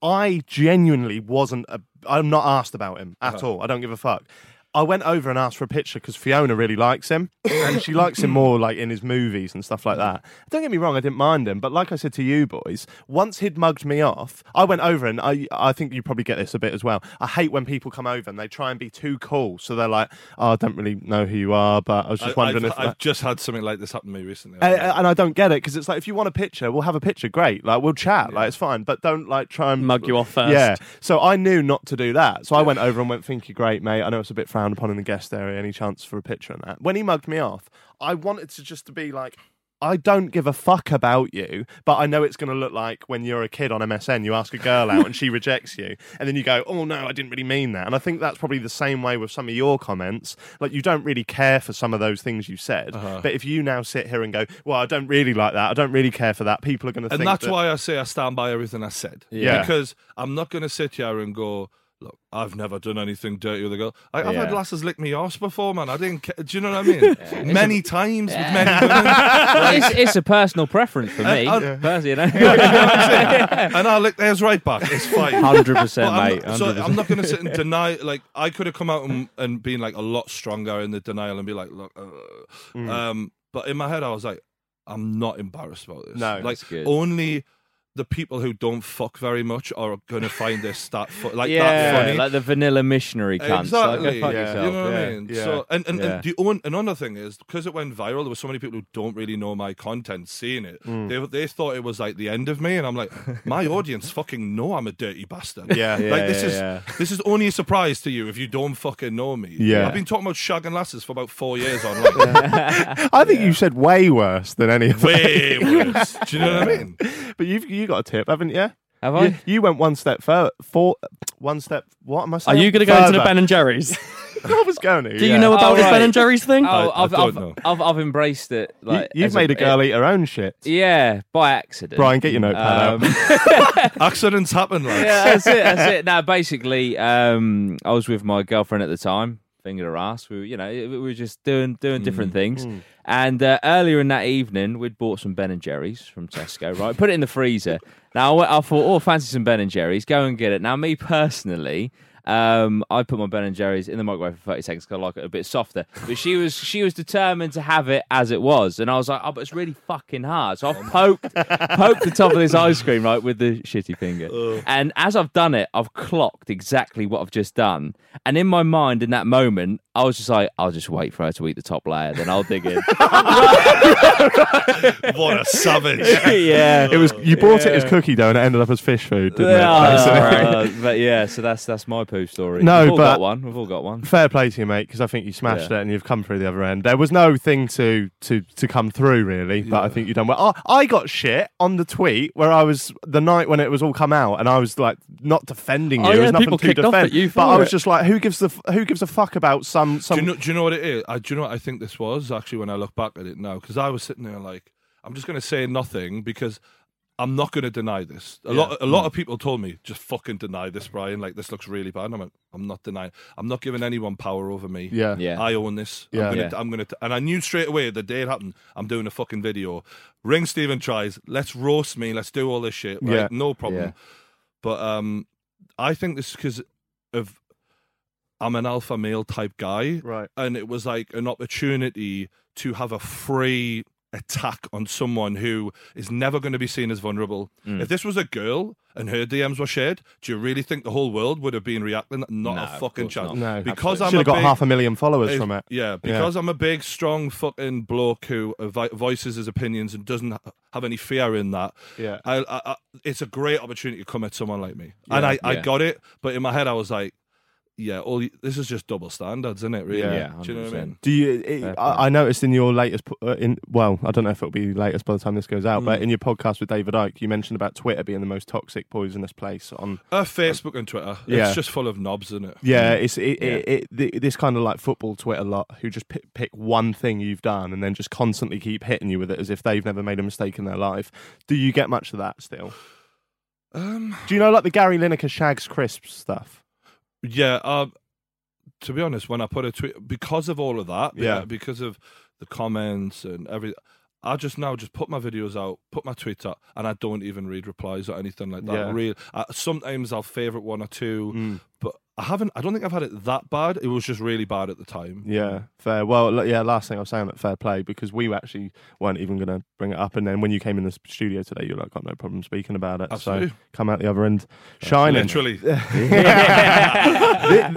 [SPEAKER 3] I genuinely wasn't. A, I'm not asked about him at
[SPEAKER 5] Uh-huh.
[SPEAKER 3] all. I don't give a fuck. I went over and asked for a picture because Fiona really likes him, and she likes him more like in his movies and stuff like that. Don't get me wrong, I didn't mind him, but like I said to you boys, once he'd mugged me off, I went over and I I think you probably get this a bit as well. I hate when people come over and they try and be too cool, so they're like, "Oh, I don't really know who you are, but I was just
[SPEAKER 6] I,
[SPEAKER 3] wondering
[SPEAKER 6] have
[SPEAKER 3] if." that-
[SPEAKER 6] just had something like this happen to me recently.
[SPEAKER 3] and, and I don't get it because it's like if you want a picture, we'll have a picture. Great, like we'll chat, like it's fine, but don't like try and
[SPEAKER 4] Mug you off first.
[SPEAKER 3] Yeah, so I knew not to do that. So I went over and went, "Thank you, great mate. I know it's a bit frowned upon in the guest area. Any chance for a picture and that?" When he mugged me off, I wanted to just to be like. I don't give a fuck about you, but I know it's going to look like when you're a kid on MSN, you ask a girl out and she rejects you. And then you go, oh no, I didn't really mean that. And I think that's probably the same way with some of your comments. Like, you don't really care for some of those things you said.
[SPEAKER 6] Uh-huh.
[SPEAKER 3] But if you now sit here and go, well, I don't really like that. I don't really care for that. People are going to think.
[SPEAKER 6] and that's
[SPEAKER 3] that-
[SPEAKER 6] why I say I stand by everything I said.
[SPEAKER 3] Yeah.
[SPEAKER 6] Because I'm not going to sit here and go, look, I've never done anything dirty with a girl. I, I've had
[SPEAKER 5] Yeah.
[SPEAKER 6] lasses lick me arse before, man. I didn't. Ca- Do you know what I mean? Many times with many women.
[SPEAKER 5] it's, it's a personal preference for me.
[SPEAKER 6] I-
[SPEAKER 5] Personally, you know?
[SPEAKER 6] and I lick theirs right back. It's fine.
[SPEAKER 5] Hundred
[SPEAKER 6] But
[SPEAKER 5] percent,
[SPEAKER 6] I'm
[SPEAKER 5] mate.
[SPEAKER 6] not, so
[SPEAKER 5] 100%.
[SPEAKER 6] I'm not going to sit and deny. Like I could have come out and, and been like a lot stronger in the denial and be like, look. Uh,
[SPEAKER 5] Mm.
[SPEAKER 6] um, but in my head, I was like, I'm not embarrassed about this.
[SPEAKER 3] No.
[SPEAKER 6] like
[SPEAKER 5] That's good.
[SPEAKER 6] only the people who don't fuck very much are going to find this that fu- like
[SPEAKER 5] yeah,
[SPEAKER 6] that funny.
[SPEAKER 5] like the vanilla missionary cunts.
[SPEAKER 6] Exactly.
[SPEAKER 5] Like, go fuck
[SPEAKER 6] yeah.
[SPEAKER 5] yourself.
[SPEAKER 6] You know what
[SPEAKER 3] yeah,
[SPEAKER 6] I mean?
[SPEAKER 3] yeah.
[SPEAKER 6] So, and and,
[SPEAKER 5] Yeah.
[SPEAKER 6] and the own, another thing is because it went viral, there were so many people who don't really know my content seeing it.
[SPEAKER 3] Mm.
[SPEAKER 6] They they thought it was like the end of me, and I'm like, my audience fucking know I'm a dirty bastard.
[SPEAKER 3] Yeah.
[SPEAKER 6] like
[SPEAKER 5] Yeah,
[SPEAKER 6] this
[SPEAKER 5] yeah,
[SPEAKER 6] is
[SPEAKER 5] yeah.
[SPEAKER 6] this is only a surprise to you if you don't fucking know me.
[SPEAKER 3] Yeah.
[SPEAKER 6] I've been talking about shagging lasses for about four years online.
[SPEAKER 3] I think you said way worse than any of
[SPEAKER 6] Way worse. Do you know what I mean?
[SPEAKER 3] But you've you got a tip, haven't you?
[SPEAKER 5] Have
[SPEAKER 3] You,
[SPEAKER 5] I?
[SPEAKER 3] you went one step further. For one step. What am I
[SPEAKER 4] Are
[SPEAKER 3] saying?
[SPEAKER 4] you going to go into the
[SPEAKER 3] Further.
[SPEAKER 4] Ben and Jerry's?
[SPEAKER 3] I was going to.
[SPEAKER 4] Do
[SPEAKER 3] yeah.
[SPEAKER 4] you know
[SPEAKER 5] Oh,
[SPEAKER 4] about this
[SPEAKER 5] right.
[SPEAKER 4] Ben and Jerry's thing?
[SPEAKER 5] Oh,
[SPEAKER 6] I
[SPEAKER 5] I've,
[SPEAKER 6] don't
[SPEAKER 5] I've,
[SPEAKER 6] know.
[SPEAKER 5] I've, I've embraced it. Like,
[SPEAKER 3] you, have
[SPEAKER 5] as
[SPEAKER 3] made a girl eat her own shit.
[SPEAKER 5] Yeah, by accident.
[SPEAKER 3] Brian, get your notepad out.
[SPEAKER 4] Um,
[SPEAKER 6] Accidents happen, lads.
[SPEAKER 5] yeah, that's it. That's it. Now, basically, um, I was with my girlfriend at the time, finger her ass. We were, you know, we were just doing doing
[SPEAKER 3] Mm,
[SPEAKER 5] different things. And uh, earlier in that evening, we'd bought some Ben and Jerry's from Tesco. Right, put it in the freezer. Now, I, went, I thought, oh, fancy some Ben and Jerry's. Go and get it. Now, me personally. Um, I put my Ben and Jerry's in the microwave for thirty seconds because I like it a bit softer. But she was she was determined to have it as it was, and I was like, "Oh, but it's really fucking hard." So I
[SPEAKER 3] Oh
[SPEAKER 5] poked poked the top of this ice cream right with the shitty finger,
[SPEAKER 3] Oh.
[SPEAKER 5] and as I've done it, I've clocked exactly what I've just done. And in my mind, in that moment, I was just like, "I'll just wait for her to eat the top layer, then I'll dig in."
[SPEAKER 6] What a savage.
[SPEAKER 5] yeah,
[SPEAKER 3] It was you bought it as cookie dough and it ended up as fish food, didn't it?
[SPEAKER 5] Yeah, but yeah, so that's that's my poo story.
[SPEAKER 3] No,
[SPEAKER 5] We've all
[SPEAKER 3] but-
[SPEAKER 5] got one. We've all got one.
[SPEAKER 3] Fair play to you, mate, because I think you smashed
[SPEAKER 5] Yeah.
[SPEAKER 3] it and you've come through the other end. There was no thing to to to come through really, but I think you done well. I, I got shit on the tweet where I was the night when it was all come out, and I was like not defending you.
[SPEAKER 4] Oh,
[SPEAKER 3] There
[SPEAKER 4] yeah,
[SPEAKER 3] was nothing
[SPEAKER 4] people
[SPEAKER 3] to
[SPEAKER 4] kicked off
[SPEAKER 3] defend,
[SPEAKER 4] at you
[SPEAKER 3] but
[SPEAKER 4] for
[SPEAKER 3] I was
[SPEAKER 4] it.
[SPEAKER 3] just like, who gives the f- who gives a fuck about some some
[SPEAKER 6] Do you know? Do you know what it is? I, do you know what I think this was actually when I look back at it now? Because I was sitting there like, I'm just going to say nothing because I'm not going to deny this. A lot, a lot
[SPEAKER 3] Mm.
[SPEAKER 6] of people told me just fucking deny this, Brian. Like this looks really bad. And I'm like, I'm not denying. I'm not giving anyone power over me.
[SPEAKER 3] yeah
[SPEAKER 5] Yeah.
[SPEAKER 6] I own this.
[SPEAKER 3] Yeah.
[SPEAKER 6] I'm gonna,
[SPEAKER 5] Yeah.
[SPEAKER 6] I'm gonna, and I knew straight away the day it happened. I'm doing a fucking video. Ring Steven tries. Let's roast me. Let's do all this shit. Right?
[SPEAKER 3] Yeah.
[SPEAKER 6] no problem.
[SPEAKER 5] Yeah.
[SPEAKER 6] But um, I think this because of I'm an alpha male type guy,
[SPEAKER 3] right
[SPEAKER 6] and it was like an opportunity to have a free attack on someone who is never going to be seen as vulnerable.
[SPEAKER 3] Mm.
[SPEAKER 6] If this was a girl and her DMs were shared, do you really think the whole world would have been reacting? Not
[SPEAKER 5] No,
[SPEAKER 6] a
[SPEAKER 5] of
[SPEAKER 6] fucking
[SPEAKER 5] course
[SPEAKER 6] chance.
[SPEAKER 3] not. No.
[SPEAKER 6] because
[SPEAKER 3] should
[SPEAKER 6] I'm a
[SPEAKER 3] have got
[SPEAKER 6] big,
[SPEAKER 3] half a million followers
[SPEAKER 6] if-
[SPEAKER 3] from it.
[SPEAKER 6] Yeah, because I'm a big, strong fucking bloke who vi- voices his opinions and doesn't ha- have any fear in that.
[SPEAKER 3] Yeah.
[SPEAKER 6] I, I, I, it's a great opportunity to come at someone like me, and I, I
[SPEAKER 5] yeah.
[SPEAKER 6] got it. But in my head, I was like, yeah, all y- this is just double standards, isn't it? Really?
[SPEAKER 5] Yeah,
[SPEAKER 6] Do you know what I mean?
[SPEAKER 5] 100%.
[SPEAKER 3] Do you? It,
[SPEAKER 5] Fair point.
[SPEAKER 3] I, I noticed in your latest, po- uh, in well, I don't know if it'll be latest by the time this goes out, but in your podcast with David Icke, you mentioned about Twitter being the most toxic, poisonous place on
[SPEAKER 6] Uh, Facebook and Twitter.
[SPEAKER 3] Yeah.
[SPEAKER 6] It's just full of knobs, isn't it?
[SPEAKER 3] Yeah, it's it, It, it, th this kind of like football Twitter lot who just pick, pick one thing you've done and then just constantly keep hitting you with it as if they've never made a mistake in their life. Do you get much of that still?
[SPEAKER 6] Um,
[SPEAKER 3] Do you know like the Gary Lineker Shags Crisps stuff?
[SPEAKER 6] Yeah. Um, to be honest, when I put a tweet, because of all of that,
[SPEAKER 3] Yeah.
[SPEAKER 6] yeah, because of the comments and every, I just now just put my videos out, put my tweets out, and I don't even read replies or anything like that.
[SPEAKER 3] Yeah. Mm.
[SPEAKER 6] Real. I, sometimes I'll favorite one or two, but I haven't. I don't think I've had it that bad. It was just really bad at the time.
[SPEAKER 3] Yeah, fair. Well, l- yeah. Last thing I was saying that fair play because we actually weren't even going to bring it up, and then when you came in the s- studio today, you're like, got no problem speaking about it. So
[SPEAKER 6] Absolutely.
[SPEAKER 3] come out the other end shining.
[SPEAKER 6] Literally.
[SPEAKER 3] Thi-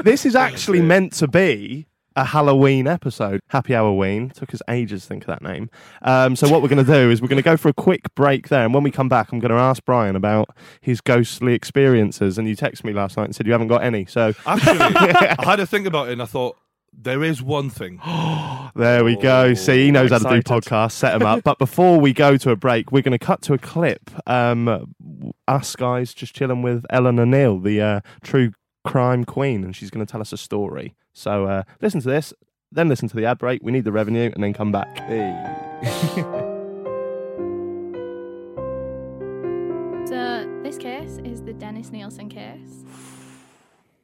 [SPEAKER 3] this is actually meant to be a Halloween episode. Happy Halloween. Took us ages to think of that name. Um, so what we're going to do is we're going to go for a quick break there, and when we come back, I'm going to ask Brian about his ghostly experiences. And you texted me last night and said you haven't got any. So
[SPEAKER 6] Actually, I had to think about it, and I thought there is one thing.
[SPEAKER 3] There we go. See, he knows how to do
[SPEAKER 4] Oh, excited.
[SPEAKER 3] podcasts. Set him up. But before we go to a break, we're going to cut to a clip. Um, us guys just chilling with Ellen O'Neill, the uh, true crime queen, and she's going to tell us a story. So uh, listen to this, then listen to the ad break. We need the revenue, and then come back.
[SPEAKER 7] So this case is the Dennis Nielsen case.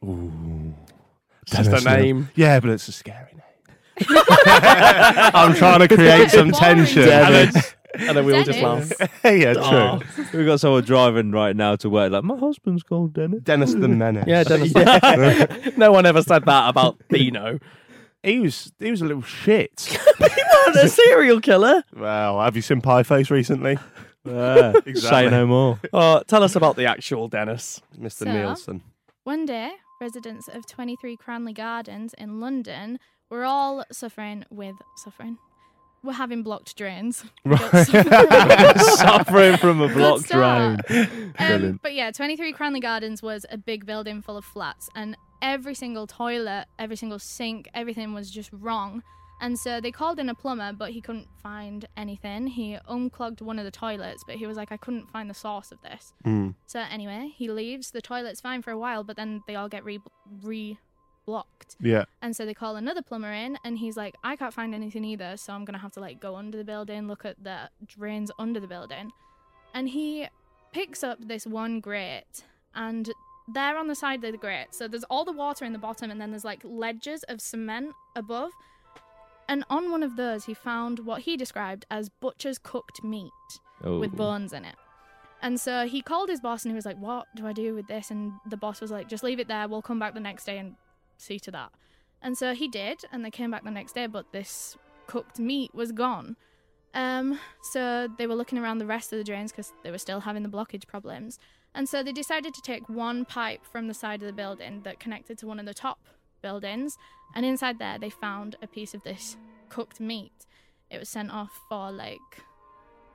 [SPEAKER 3] It's
[SPEAKER 4] just a name.
[SPEAKER 3] Yeah, but it's a scary name. I'm trying to create some
[SPEAKER 7] Boring.
[SPEAKER 3] tension.
[SPEAKER 7] Damn
[SPEAKER 4] And then we all just laugh.
[SPEAKER 7] Dennis.
[SPEAKER 3] yeah, true.
[SPEAKER 5] We've got someone driving right now to work. Like my husband's called Dennis.
[SPEAKER 3] Dennis the Menace.
[SPEAKER 4] Yeah, Dennis. Yeah. no one ever said that about Dino.
[SPEAKER 3] He was he was a little shit.
[SPEAKER 4] a serial killer.
[SPEAKER 3] Well, have you seen Pie Face recently?
[SPEAKER 4] Uh,
[SPEAKER 5] Yeah, Say no more.
[SPEAKER 4] Oh, tell us about the actual Dennis.
[SPEAKER 3] Mr.
[SPEAKER 7] So?
[SPEAKER 3] Nielsen.
[SPEAKER 7] One day, residents of 23 Cranley Gardens in London were all suffering with suffering. We're having blocked drains. Good stuff.
[SPEAKER 3] Suffering from a
[SPEAKER 7] Good
[SPEAKER 3] drain.
[SPEAKER 7] start. Um,
[SPEAKER 3] Brilliant.
[SPEAKER 7] but yeah, 23 Cranley Gardens was a big building full of flats, and every single toilet, every single sink, everything was just wrong. And so they called in a plumber, but he couldn't find anything. He unclogged one of the toilets, but he was like, I couldn't find the source of this.
[SPEAKER 3] Mm.
[SPEAKER 7] So anyway, he leaves. The toilet's fine for a while, but then they all get re, re- blocked.
[SPEAKER 3] Yeah.
[SPEAKER 7] And so they call another plumber in, and he's like, I can't find anything either, so I'm gonna have to like go under the building, look at the drains under the building. And he picks up this one grate, and there on the side of the grate, so there's all the water in the bottom, and then there's like ledges of cement above. And on one of those, he found what he described as butcher's cooked meat
[SPEAKER 5] Oh.
[SPEAKER 7] with bones in it. And so he called his boss and he was like, What do I do with this? And the boss was like, Just leave it there. We'll come back the next day and see to that. And so he did. And they came back the next day, but this cooked meat was gone. Um, so they were looking around the rest of the drains because they were still having the blockage problems. And so they decided to take one pipe from the side of the building that connected to one of the top buildings. And inside there, they found a piece of this cooked meat. It was sent off for like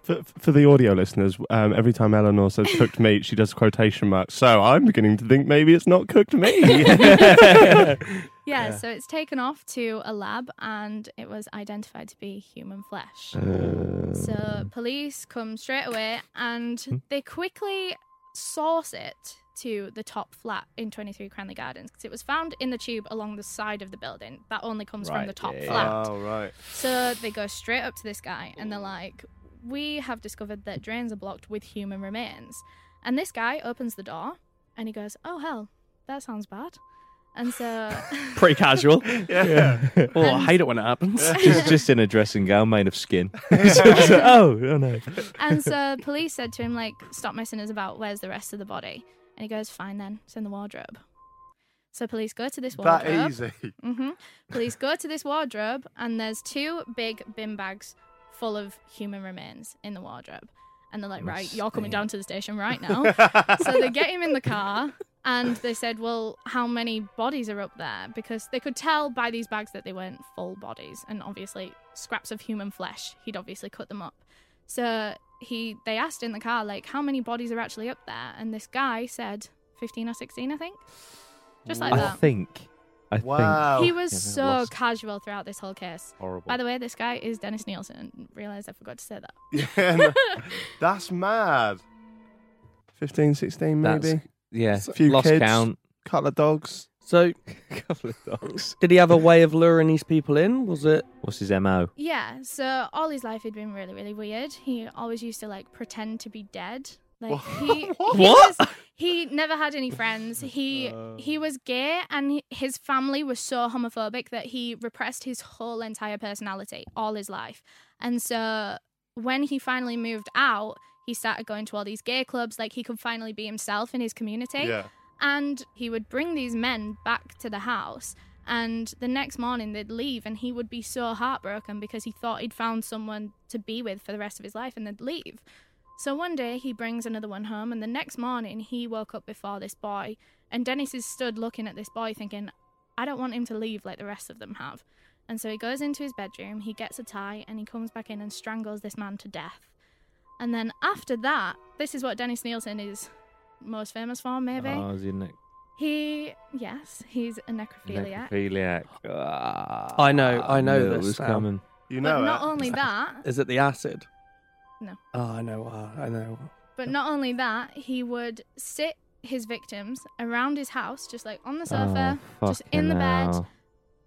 [SPEAKER 3] For, for the audio listeners, um, every time Eleanor says cooked meat, she does quotation marks. So I'm beginning to think maybe it's not cooked meat.
[SPEAKER 7] Yeah, so it's taken off to a lab and it was identified to be human flesh.
[SPEAKER 5] Oh.
[SPEAKER 7] So police come straight away
[SPEAKER 5] Hmm?
[SPEAKER 7] and they quickly source it to the top flat in 23 Cranley Gardens because it was found in the tube along the side of the building. That only comes from
[SPEAKER 5] Right,
[SPEAKER 7] the top
[SPEAKER 5] yeah, yeah, Oh,
[SPEAKER 7] flat.
[SPEAKER 3] right.
[SPEAKER 7] So they go straight up to this guy and they're like, We have discovered that drains are blocked with human remains. And this guy opens the door and he goes, Oh, hell, that sounds bad. And so.
[SPEAKER 4] Pretty casual.
[SPEAKER 3] Yeah.
[SPEAKER 4] Oh, I hate it when it happens.
[SPEAKER 5] just, just in a dressing gown made of skin. oh, oh no.
[SPEAKER 7] and so police said to him like stop messing us about where's the rest of the body and he goes fine then it's in the wardrobe so police go to this wardrobe
[SPEAKER 3] That easy.
[SPEAKER 7] hmm police go to this wardrobe and there's two big bin bags full of human remains in the wardrobe and they're like right you're coming down to the station right now so they get him in the car and they said well how many bodies are up there because they could tell by these bags that they weren't full bodies and obviously scraps of human flesh he'd obviously cut them up so he they asked in the car like how many bodies are actually up there and this guy said 15 or 16 i think just like
[SPEAKER 5] I
[SPEAKER 7] that
[SPEAKER 5] think I think.
[SPEAKER 3] Wow.
[SPEAKER 7] he was
[SPEAKER 5] Oh, yeah,
[SPEAKER 7] so
[SPEAKER 5] lost.
[SPEAKER 7] casual throughout this whole case.
[SPEAKER 5] Horrible.
[SPEAKER 7] By the way, this guy is Dennis Nielsen. Realised I forgot to say that.
[SPEAKER 3] Yeah, no. That's mad. 15, 16
[SPEAKER 5] That's-
[SPEAKER 3] maybe.
[SPEAKER 5] yeah,
[SPEAKER 3] a few
[SPEAKER 5] lost
[SPEAKER 3] kids.
[SPEAKER 5] count.
[SPEAKER 3] Couple of dogs.
[SPEAKER 4] So,
[SPEAKER 5] Couple of dogs.
[SPEAKER 4] did he have a way of luring these people in? Was it?
[SPEAKER 5] What's his mo?
[SPEAKER 7] Yeah, so all his life he'd been really, really weird. He always used to like pretend to be dead. Like he, he
[SPEAKER 4] What?
[SPEAKER 7] was- he never had any friends. He he was gay, and he- his family was so homophobic that he repressed his whole entire personality all his life. And so when he finally moved out, he started going to all these gay clubs. Like he could finally be himself in his community.
[SPEAKER 3] Yeah.
[SPEAKER 7] And he would bring these men back to the house. And the next morning they'd leave, and he would be so heartbroken because he thought he'd found someone to be with for the rest of his life, and they'd leave. So one day he brings another one home, and the next morning he woke up before this boy. And Dennis is stood looking at this boy, thinking, I don't want him to leave like the rest of them have. And so he goes into his bedroom, he gets a tie, and he comes back in and strangles this man to death. And then after that, this is what Dennis Nielsen is most famous for, maybe.
[SPEAKER 5] Oh, is he a ne-
[SPEAKER 7] He, yes, he's a necrophiliac.
[SPEAKER 5] necrophiliac?
[SPEAKER 4] I know- I know
[SPEAKER 5] that
[SPEAKER 4] this
[SPEAKER 5] was
[SPEAKER 4] now.
[SPEAKER 5] coming.
[SPEAKER 3] You
[SPEAKER 7] but
[SPEAKER 3] know
[SPEAKER 7] not
[SPEAKER 3] it.
[SPEAKER 7] only that,
[SPEAKER 4] Is it the acid?
[SPEAKER 7] No.
[SPEAKER 4] Oh, I know. Uh, I know.
[SPEAKER 7] but not only that, he would sit his victims around his house, just like on the sofa,
[SPEAKER 5] Oh,
[SPEAKER 7] just in the
[SPEAKER 5] fucking
[SPEAKER 7] bed,
[SPEAKER 5] hell.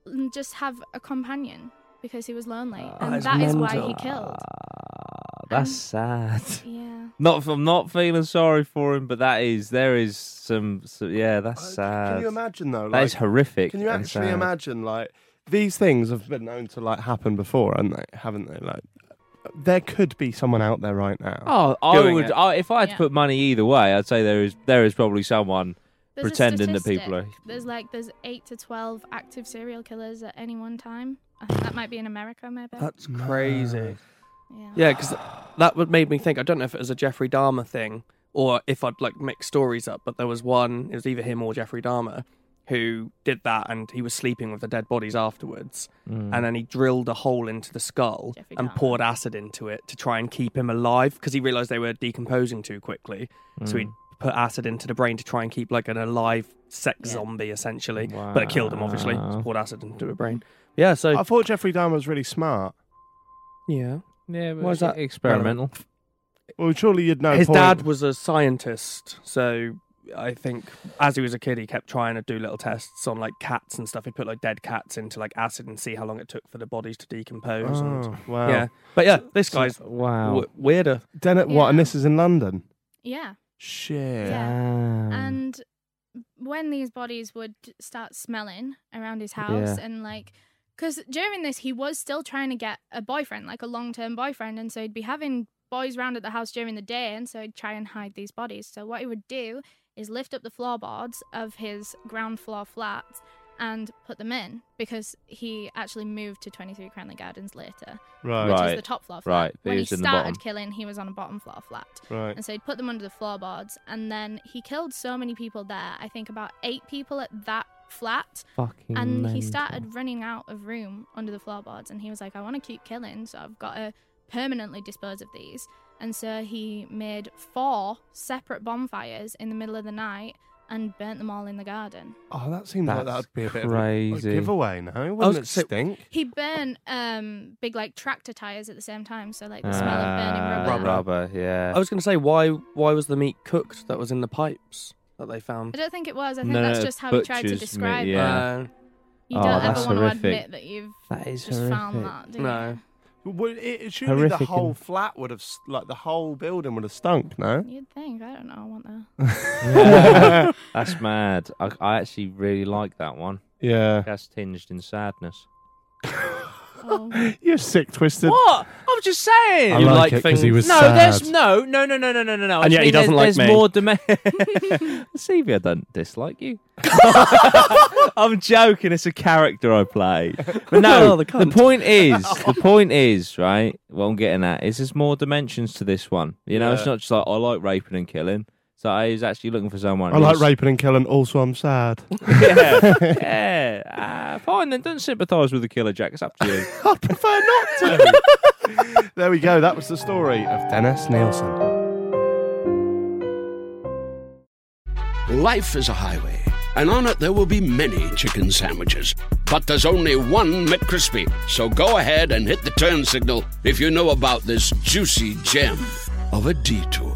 [SPEAKER 7] and just have a companion because he was lonely,
[SPEAKER 5] Ah,
[SPEAKER 7] and
[SPEAKER 4] that's
[SPEAKER 7] that is why
[SPEAKER 4] mental.
[SPEAKER 7] he killed.
[SPEAKER 5] Ah, That's sad.
[SPEAKER 7] Yeah.
[SPEAKER 5] Not, I'm not feeling sorry for him, but that is there is some. so- yeah, that's sad.
[SPEAKER 3] Uh, Can you imagine though?
[SPEAKER 5] that
[SPEAKER 3] Like,
[SPEAKER 5] is horrific.
[SPEAKER 3] can you
[SPEAKER 5] and
[SPEAKER 3] actually
[SPEAKER 5] sad.
[SPEAKER 3] imagine like these things have been known to like happen before, and they haven't they? Like there could be someone out there right now.
[SPEAKER 5] Oh, I
[SPEAKER 4] doing
[SPEAKER 5] would.
[SPEAKER 4] it?
[SPEAKER 5] I, if I had
[SPEAKER 7] Yeah.
[SPEAKER 5] to put money either way, I'd say there is there is probably someone.
[SPEAKER 7] There's a
[SPEAKER 5] Pretending that people
[SPEAKER 7] statistic.
[SPEAKER 5] are-
[SPEAKER 7] There's like there's eight to twelve active serial killers at any one time. I think that might be in America, maybe.
[SPEAKER 4] That's crazy.
[SPEAKER 7] yeah.
[SPEAKER 4] Yeah, because that would made me think. I don't know if it was a Jeffrey Dahmer thing or if I'd like mixed stories up, but there was one. It was either him or Jeffrey Dahmer who did that, and he was sleeping with the dead bodies afterwards. And then he drilled a hole into the skull
[SPEAKER 7] Jeffrey
[SPEAKER 4] and
[SPEAKER 7] Dahmer.
[SPEAKER 4] poured acid into it to try and keep him alive because he realized they were decomposing too quickly. So he put acid into the brain to try and keep like an alive sex
[SPEAKER 7] Yeah.
[SPEAKER 4] zombie essentially, but it killed him obviously.
[SPEAKER 5] Wow.
[SPEAKER 4] Just poured acid into the brain. Yeah. So
[SPEAKER 3] I thought Jeffrey Dahmer was really smart.
[SPEAKER 4] yeah.
[SPEAKER 5] Yeah, e-,
[SPEAKER 4] Why is that
[SPEAKER 5] experimental?
[SPEAKER 3] Well, surely you'd know.
[SPEAKER 4] his
[SPEAKER 3] Paul-
[SPEAKER 4] dad was a scientist, so I think as he was a kid, he kept trying to do little tests on like cats and stuff. He put like dead cats into like acid and see how long it took for the bodies to decompose. and,
[SPEAKER 3] Oh, wow.
[SPEAKER 4] Yeah, but yeah, this guy's
[SPEAKER 5] Wow.
[SPEAKER 4] w- weirder.
[SPEAKER 3] Dennett, what? And
[SPEAKER 7] Yeah.
[SPEAKER 3] this is in London.
[SPEAKER 7] Yeah.
[SPEAKER 3] Shit.
[SPEAKER 7] Yeah.
[SPEAKER 5] Damn.
[SPEAKER 7] And when these bodies would start smelling around his house, and like, because during this, he was still trying to get a boyfriend, like a long term boyfriend. And so he'd be having boys round at the house during the day. And so he'd try and hide these bodies. So what he would do is lift up the floorboards of his ground floor flat and put them in because he actually moved to 23 Cranley Gardens later,
[SPEAKER 3] Right.
[SPEAKER 7] which
[SPEAKER 5] Right.
[SPEAKER 7] is the top floor flat.
[SPEAKER 5] Right, he
[SPEAKER 7] When he
[SPEAKER 5] was in the bottom.
[SPEAKER 7] started killing, he was on a bottom floor flat.
[SPEAKER 3] Right.
[SPEAKER 7] And so he'd put them under the floorboards. And then he killed so many people there. I think about eight people at that flat.
[SPEAKER 5] Fucking
[SPEAKER 7] And he
[SPEAKER 5] mental.
[SPEAKER 7] started running out of room under the floorboards. And he was like, I want to keep killing. So I've got to permanently dispose of these. And so he made four separate bonfires in the middle of the night and burnt them all in the garden.
[SPEAKER 3] Oh, that seems like
[SPEAKER 5] That's
[SPEAKER 3] that'd be a bit of a- a
[SPEAKER 5] crazy.
[SPEAKER 3] giveaway. No, wouldn't
[SPEAKER 4] gonna
[SPEAKER 3] it
[SPEAKER 4] say-
[SPEAKER 3] stink?
[SPEAKER 7] He burnt um, big, like, tractor tires at the same time. So, like, the smell of
[SPEAKER 5] Ah.
[SPEAKER 7] burning rubber.
[SPEAKER 4] rubber.
[SPEAKER 5] Rubber, yeah.
[SPEAKER 3] Oh.
[SPEAKER 4] I was going to say why why was the meat cooked that was in the pipes that they
[SPEAKER 7] I
[SPEAKER 4] found?
[SPEAKER 7] don't think it was. I think
[SPEAKER 5] No,
[SPEAKER 7] that's
[SPEAKER 5] no,
[SPEAKER 7] just how he tried to
[SPEAKER 5] butcher's meat,
[SPEAKER 7] describe
[SPEAKER 5] yeah.
[SPEAKER 7] it.
[SPEAKER 4] Uh,
[SPEAKER 7] You
[SPEAKER 5] Oh,
[SPEAKER 7] don't ever
[SPEAKER 5] that's
[SPEAKER 7] want
[SPEAKER 5] horrific.
[SPEAKER 7] to admit that you've
[SPEAKER 5] that is
[SPEAKER 7] just found
[SPEAKER 5] horrific.
[SPEAKER 7] that, do you?
[SPEAKER 4] No.
[SPEAKER 3] Would it, surely the
[SPEAKER 5] Horrific
[SPEAKER 3] whole
[SPEAKER 5] and-
[SPEAKER 3] flat would have, s- like, the whole building would have stunk. No.
[SPEAKER 7] You'd think. I don't know. I want that.
[SPEAKER 5] Yeah. That's mad. I, I actually really like that one.
[SPEAKER 3] Yeah.
[SPEAKER 5] That's tinged in sadness.
[SPEAKER 7] Oh.
[SPEAKER 3] You're sick, twisted.
[SPEAKER 5] What? I'm just saying.
[SPEAKER 3] I
[SPEAKER 4] You
[SPEAKER 3] like,
[SPEAKER 4] like
[SPEAKER 3] it 'cause he
[SPEAKER 4] things-
[SPEAKER 3] was
[SPEAKER 5] no,
[SPEAKER 3] sad.
[SPEAKER 5] there's no, no, no, no, no, no, no, no. I
[SPEAKER 4] And
[SPEAKER 5] just
[SPEAKER 4] yet he
[SPEAKER 5] mean
[SPEAKER 4] doesn't like
[SPEAKER 5] there's,
[SPEAKER 4] me.
[SPEAKER 5] There's more demand. Stevie, I don't dislike you. I'm joking. It's a character I play. But no,
[SPEAKER 4] Oh,
[SPEAKER 5] the,
[SPEAKER 4] the cunt.
[SPEAKER 5] point is, the point is, right? What I'm getting at is, there's more dimensions to this one. You know, it's
[SPEAKER 3] Yeah.
[SPEAKER 5] not just like I like raping and killing. So I was actually looking for someone.
[SPEAKER 3] I like
[SPEAKER 5] who's-
[SPEAKER 3] raping and killing. Also, I'm sad.
[SPEAKER 5] Yeah, yeah. Uh, fine then. Don't sympathise with the killer, Jack. It's up to you.
[SPEAKER 3] I prefer not to. there we go. That was the story of Dennis Nielsen.
[SPEAKER 2] Life is a highway, and on it there will be many chicken sandwiches. But there's only one McCrispy, so go ahead and hit the turn signal if you know about this juicy gem of a detour.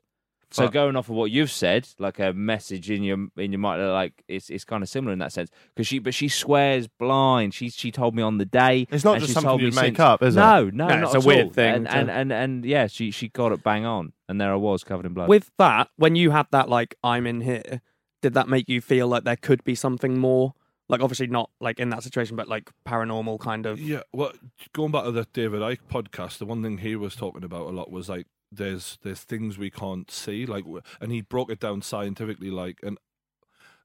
[SPEAKER 5] So
[SPEAKER 3] Fuck.
[SPEAKER 5] going off of what you've said, like a message in your in your mind, like it's it's kind of similar in that sense. Because she, but she swears blind. She she told me on the day.
[SPEAKER 3] It's not
[SPEAKER 5] and
[SPEAKER 3] just
[SPEAKER 5] she's
[SPEAKER 3] something
[SPEAKER 5] told me
[SPEAKER 3] you'd make
[SPEAKER 5] since.
[SPEAKER 3] up, is it?
[SPEAKER 5] No,
[SPEAKER 3] No,
[SPEAKER 5] no, not
[SPEAKER 3] it's a
[SPEAKER 5] at
[SPEAKER 3] weird
[SPEAKER 5] all.
[SPEAKER 3] thing
[SPEAKER 5] And,
[SPEAKER 3] to-
[SPEAKER 5] and and and yeah, she she got it bang on, and there I was covered in blood.
[SPEAKER 4] With that, when you had that, like, I'm in here, did that make you feel like there could be something more? Like, obviously not like in that situation, but like paranormal kind of.
[SPEAKER 6] Yeah, well, going back to the David Icke podcast, the one thing he was talking about a lot was like there's there's things we can't see, like, w- and he broke it down scientifically, like, and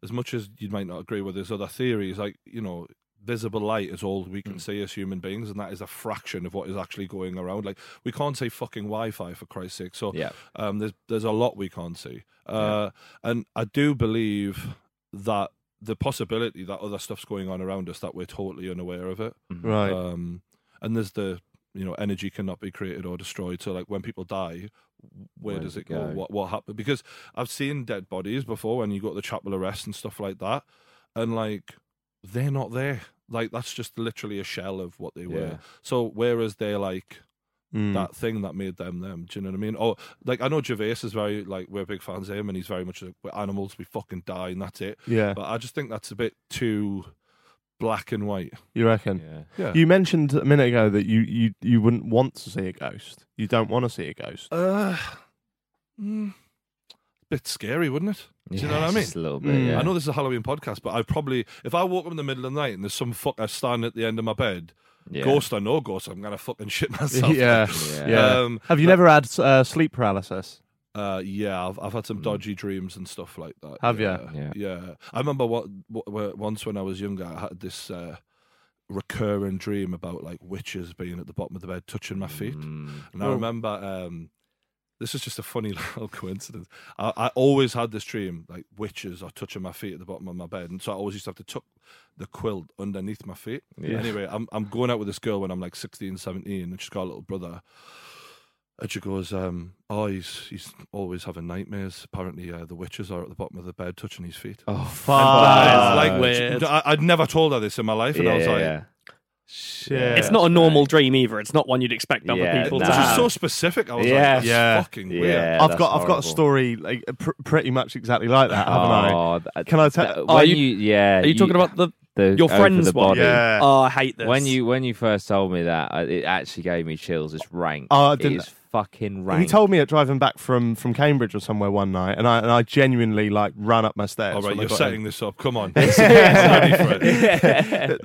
[SPEAKER 6] as much as you might not agree with his other theories, like, you know, visible light is all we can see as human beings, and that is a fraction of what is actually going around. Like, we can't see fucking Wi-Fi for Christ's sake. So,
[SPEAKER 5] Yeah.
[SPEAKER 6] um, there's there's a lot we can't see, uh, and I do believe that the possibility that other stuff's going on around us that we're totally unaware of it.
[SPEAKER 3] Right.
[SPEAKER 6] Um, and there's the you know energy cannot be created or destroyed. So like when people die, where, does it go? What what happened? Because I've seen dead bodies before when you go to the chapel arrest and stuff like that, and like they're not there. Like that's just literally a shell of what they were.
[SPEAKER 5] Yeah.
[SPEAKER 6] So whereas they're like
[SPEAKER 3] Mm.
[SPEAKER 6] that thing that made them them. Do you know what I mean? Or like I know Gervais is very like we're big fans of him, and he's very much like, we're animals. We fucking die, and that's it.
[SPEAKER 3] Yeah,
[SPEAKER 6] But I just think that's a bit too black and white.
[SPEAKER 3] you reckon?
[SPEAKER 5] yeah.
[SPEAKER 6] Yeah.
[SPEAKER 3] You mentioned a minute ago that you, you, you wouldn't want to see a ghost. You don't want to see a ghost.
[SPEAKER 6] Uh, mm, bit scary, wouldn't it? Do you know what I
[SPEAKER 5] Yes,
[SPEAKER 6] mean?
[SPEAKER 5] just a little bit.
[SPEAKER 3] Mm.
[SPEAKER 5] yeah.
[SPEAKER 6] I know this is a Halloween podcast, but I probably, if I woke up in the middle of the night and there's some fucker standing at the end of my bed,
[SPEAKER 5] Yeah.
[SPEAKER 6] ghost or no ghost, I'm gonna fucking shit myself.
[SPEAKER 3] yeah,
[SPEAKER 5] Yeah.
[SPEAKER 3] yeah.
[SPEAKER 6] Um,
[SPEAKER 3] Have you never had uh, sleep paralysis?
[SPEAKER 6] Uh, yeah, I've, I've had some dodgy dreams and stuff like that.
[SPEAKER 3] Have ya?
[SPEAKER 6] Yeah. yeah. I remember what, what once when I was younger, I had this uh, recurring dream about like witches being at the bottom of the bed touching my feet.
[SPEAKER 5] Mm.
[SPEAKER 6] And I remember um, this is just a funny little coincidence. I, I always had this dream like witches are touching my feet at the bottom of my bed, and so I always used to have to tuck the quilt underneath my feet. Anyway, I'm I'm going out with this girl when I'm like 16, 17, and she's got a little brother. And she goes, um, "Oh, he's he's always having nightmares. Apparently, uh, the witches are at the bottom of the bed touching his feet."
[SPEAKER 5] Oh
[SPEAKER 6] And
[SPEAKER 3] fuck.
[SPEAKER 6] that is,
[SPEAKER 4] Weird.
[SPEAKER 6] I, I'd never told her this in my life, and I was like,
[SPEAKER 3] Shit.
[SPEAKER 4] It's not a normal dream either. It's not one you'd expect other
[SPEAKER 5] Yeah,
[SPEAKER 4] people
[SPEAKER 6] Well,
[SPEAKER 4] to
[SPEAKER 6] This
[SPEAKER 4] have.
[SPEAKER 6] is so specific. I was
[SPEAKER 5] Yeah.
[SPEAKER 6] like, that's
[SPEAKER 3] Yeah.
[SPEAKER 6] fucking weird.
[SPEAKER 3] I've got I've got a story like pr- pretty much exactly like that, haven't
[SPEAKER 5] Oh,
[SPEAKER 3] I? Can I tell-
[SPEAKER 5] That,
[SPEAKER 3] Are
[SPEAKER 5] when
[SPEAKER 4] you-
[SPEAKER 5] uh, you, yeah.
[SPEAKER 4] Are you talking about the.
[SPEAKER 5] the,
[SPEAKER 4] your
[SPEAKER 5] over
[SPEAKER 4] friend's
[SPEAKER 5] the
[SPEAKER 4] one?
[SPEAKER 5] body?
[SPEAKER 3] Yeah.
[SPEAKER 4] Oh, I hate this.
[SPEAKER 5] When you when you first told me that, I, it actually gave me chills. It's rank.
[SPEAKER 3] Oh, I
[SPEAKER 5] It
[SPEAKER 3] didn't-
[SPEAKER 5] is fucking rank.
[SPEAKER 3] He told me at driving back from, from Cambridge or somewhere one night, and I and I genuinely like ran up my stairs.
[SPEAKER 6] All Oh, right,
[SPEAKER 3] when I
[SPEAKER 6] you're
[SPEAKER 3] got
[SPEAKER 6] setting
[SPEAKER 3] in.
[SPEAKER 6] this up. Come on. I'm ready for it.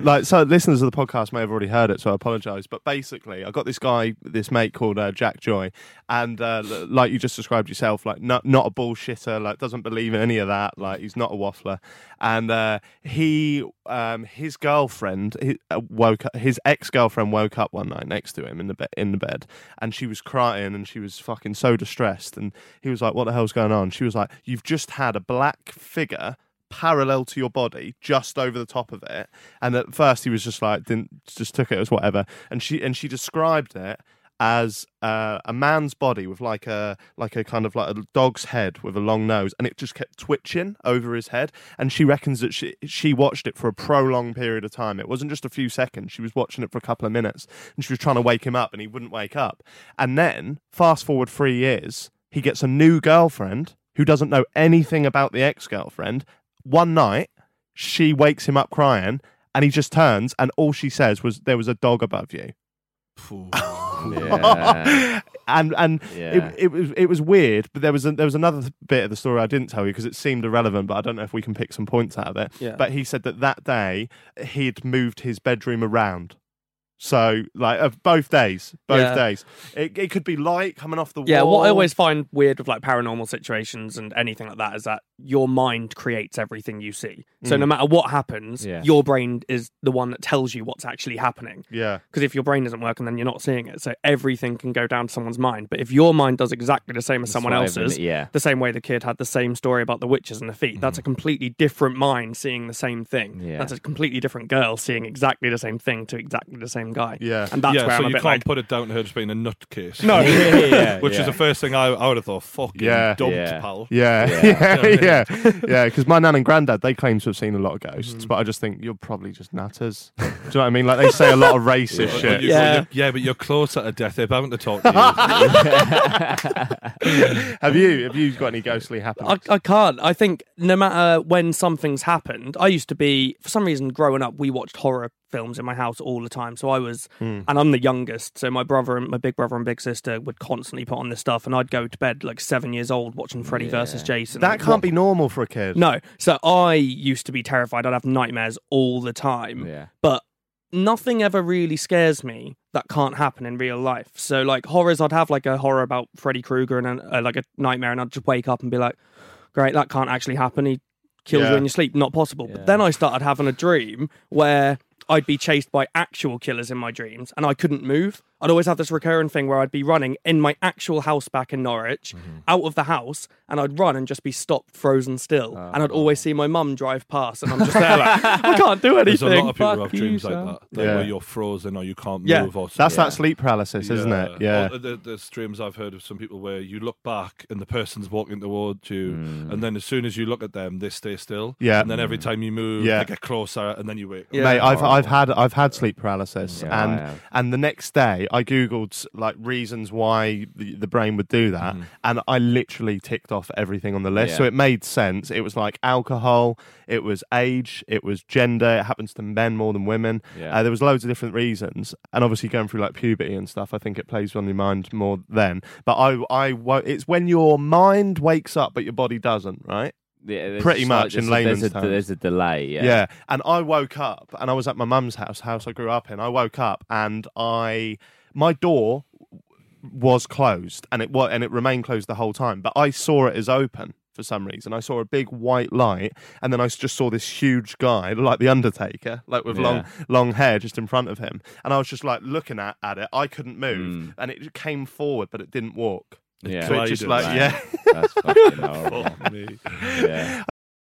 [SPEAKER 3] like so. Listeners of the podcast may have already heard it, so I apologise. But basically, I got this guy, this mate called uh, Jack Joy, and uh, l- like you just described yourself, like not not a bullshitter, like doesn't believe in any of that. Like he's not a waffler, and uh, he um, his girlfriend he, uh, woke up, his ex girlfriend woke up one night next to him in the be- in the bed, and she was crying and she was fucking so distressed, and he was like, "What the hell's going on?" She was like, "You've just had a black figure." parallel to your body, just over the top of it. And at first, he was just like, didn't just took it as whatever. And she and she described it as uh, a man's body with like a like a kind of like a dog's head with a long nose, and it just kept twitching over his head. And she reckons that she she watched it for a prolonged period of time. It wasn't just a few seconds; she was watching it for a couple of minutes, and she was trying to wake him up, and he wouldn't wake up. And then fast forward three years, he gets a new girlfriend who doesn't know anything about the ex girlfriend. One night, she wakes him up crying, and he just turns, and all she says was, "There was a dog above you."
[SPEAKER 5] Yeah.
[SPEAKER 3] and and
[SPEAKER 5] Yeah.
[SPEAKER 3] it, it was it was weird, but there was a, there was another th- bit of the story I didn't tell you because it seemed irrelevant, but I don't know if we can pick some points out of it.
[SPEAKER 4] Yeah.
[SPEAKER 3] But he said that that day he'd moved his bedroom around. So like of both days, both
[SPEAKER 4] Yeah.
[SPEAKER 3] days, it, it could be light coming off the
[SPEAKER 4] Yeah,
[SPEAKER 3] wall.
[SPEAKER 4] what I always find weird with like paranormal situations and anything like that is that your mind creates everything you see. So no matter what happens,
[SPEAKER 5] Mm. Yeah.
[SPEAKER 4] your brain is the one that tells you what's actually happening.
[SPEAKER 3] yeah
[SPEAKER 4] Because if your brain isn't working, then you're not seeing it. So everything can go down to someone's mind. But if your mind does exactly the same as someone
[SPEAKER 5] why
[SPEAKER 4] else's,
[SPEAKER 5] everyone- yeah. Mm-hmm.
[SPEAKER 4] the same way the kid had the same story about the witches and the feet, that's a completely different mind seeing the same thing.
[SPEAKER 5] Yeah.
[SPEAKER 4] That's a completely different girl seeing exactly the same thing to exactly the same guy.
[SPEAKER 3] Yeah.
[SPEAKER 4] And that's
[SPEAKER 6] yeah,
[SPEAKER 4] where I'm
[SPEAKER 6] so
[SPEAKER 4] a
[SPEAKER 6] you
[SPEAKER 4] bit
[SPEAKER 6] can't
[SPEAKER 4] like,
[SPEAKER 6] put it down to her just being a nutcase.
[SPEAKER 4] No.
[SPEAKER 5] yeah, yeah,
[SPEAKER 6] Which
[SPEAKER 5] yeah.
[SPEAKER 6] is the first thing I, I would have thought, fucking
[SPEAKER 3] Yeah.
[SPEAKER 6] dumped,
[SPEAKER 5] Yeah.
[SPEAKER 6] pal.
[SPEAKER 3] yeah yeah yeah yeah because my nan and granddad they claim to have seen a lot of ghosts,
[SPEAKER 4] Mm.
[SPEAKER 3] but I just think you're probably just nutters. Do you know what I mean? Like they say a lot of racist
[SPEAKER 6] But-
[SPEAKER 3] shit.
[SPEAKER 6] but you-
[SPEAKER 4] Yeah.
[SPEAKER 6] but you- yeah, but you're closer to death. They haven't to talk to
[SPEAKER 3] have you have you got any ghostly
[SPEAKER 4] I,
[SPEAKER 3] happenings?
[SPEAKER 4] I can't. I think no matter when something's happened, I used to be, for some reason, growing up, we watched horror films in my house all the time. So I was,
[SPEAKER 3] Hmm.
[SPEAKER 4] and I'm the youngest. So my brother and my big brother and big sister would constantly put on this stuff, and I'd go to bed like seven years old watching Freddy versus Jason.
[SPEAKER 3] that
[SPEAKER 4] Like,
[SPEAKER 3] can't
[SPEAKER 4] what-
[SPEAKER 3] be normal for a kid.
[SPEAKER 4] No. So I used to be terrified. I'd have nightmares all the time.
[SPEAKER 5] Yeah.
[SPEAKER 4] But nothing ever really scares me that can't happen in real life. So like horrors, I'd have like a horror about Freddy Krueger and an- uh, like a nightmare, and I'd just wake up and be like, "Great, that can't actually happen. He kills
[SPEAKER 3] Yeah.
[SPEAKER 4] you in your sleep. Not possible."
[SPEAKER 5] Yeah.
[SPEAKER 4] But then I started having a dream where. I'd be chased by actual killers in my dreams and I couldn't move. I'd always have this recurring thing where I'd be running in my actual house back in Norwich, out of the house, and I'd run and just be stopped frozen still. and I'd always see my mum drive past and I'm just there like, I can't do
[SPEAKER 6] you. There's a
[SPEAKER 4] anything.
[SPEAKER 6] lot of people who have
[SPEAKER 5] Fuck you,
[SPEAKER 6] dreams like
[SPEAKER 5] son.
[SPEAKER 6] that. Like
[SPEAKER 3] Yeah.
[SPEAKER 6] Where you're frozen or you can't
[SPEAKER 4] Yeah.
[SPEAKER 6] move or something.
[SPEAKER 3] That's that sleep paralysis, isn't it? Yeah.
[SPEAKER 6] Or there- there's dreams I've heard of some people where you look back and the person's walking towards you, and then as soon as you look at them, they stay still.
[SPEAKER 3] Hmm. Yeah.
[SPEAKER 6] And then every time you move,
[SPEAKER 3] Yeah.
[SPEAKER 6] they get closer, and then you wake. up.
[SPEAKER 4] Hmm. Yeah.
[SPEAKER 3] Mate, I've I've had I've had sleep paralysis,
[SPEAKER 5] Yeah, I
[SPEAKER 3] and
[SPEAKER 5] have.
[SPEAKER 3] and the next day I googled like reasons why the, the brain would do that, and I literally ticked off everything on the list, so
[SPEAKER 5] Mm-hmm. Yeah.
[SPEAKER 3] it made sense. It was like alcohol, it was age, it was gender. It happens to men more than women.
[SPEAKER 5] Yeah.
[SPEAKER 3] Uh, there was loads of different reasons, and obviously going through like puberty and stuff, I think it plays on your mind more then. But I I wo- it's when your mind wakes up but your body doesn't, right?
[SPEAKER 5] Yeah, there's
[SPEAKER 3] Pretty
[SPEAKER 5] just
[SPEAKER 3] much in
[SPEAKER 5] there's a-
[SPEAKER 3] layman's
[SPEAKER 5] there's a,
[SPEAKER 3] terms.
[SPEAKER 5] There's a delay. Yeah.
[SPEAKER 3] Yeah. And I woke up and I was at my mum's house, house I grew up in. I woke up and I my door was closed and it was and it remained closed the whole time, but I saw it as open for some reason. I saw a big white light and then I s- just saw this huge guy like the Undertaker, like with long long hair just in front of him. And I was just like looking at, at it. I couldn't move and it came forward but it didn't walk.
[SPEAKER 5] Yeah.
[SPEAKER 3] So it just like
[SPEAKER 6] glided around.
[SPEAKER 3] yeah.
[SPEAKER 5] That's fucking horrible.
[SPEAKER 6] Me.
[SPEAKER 5] yeah.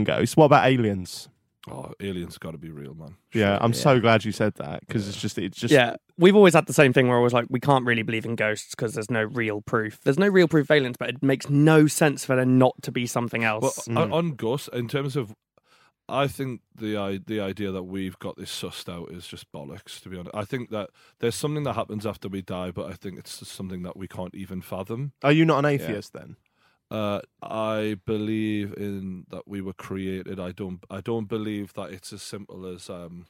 [SPEAKER 3] ghosts. What about aliens?
[SPEAKER 6] Oh, aliens got to be real, man.
[SPEAKER 3] Yeah, I'm so glad you said that because it's just it's just
[SPEAKER 4] yeah, we've always had the same thing where I was like, we can't really believe in ghosts because there's no real proof. There's no real proof of Mm.
[SPEAKER 5] Mm.
[SPEAKER 4] aliens, but it makes no sense for there not to be something else.
[SPEAKER 6] Well, on on Gus, in terms of, I think the i- the idea that we've got this sussed out is just bollocks. To be honest, I think that there's something that happens after we die, but I think it's just something that we can't even fathom.
[SPEAKER 3] Are you not an
[SPEAKER 6] Yeah.
[SPEAKER 3] atheist then?
[SPEAKER 6] Uh, I believe in that we were created. I don't. I don't believe that it's as simple as um,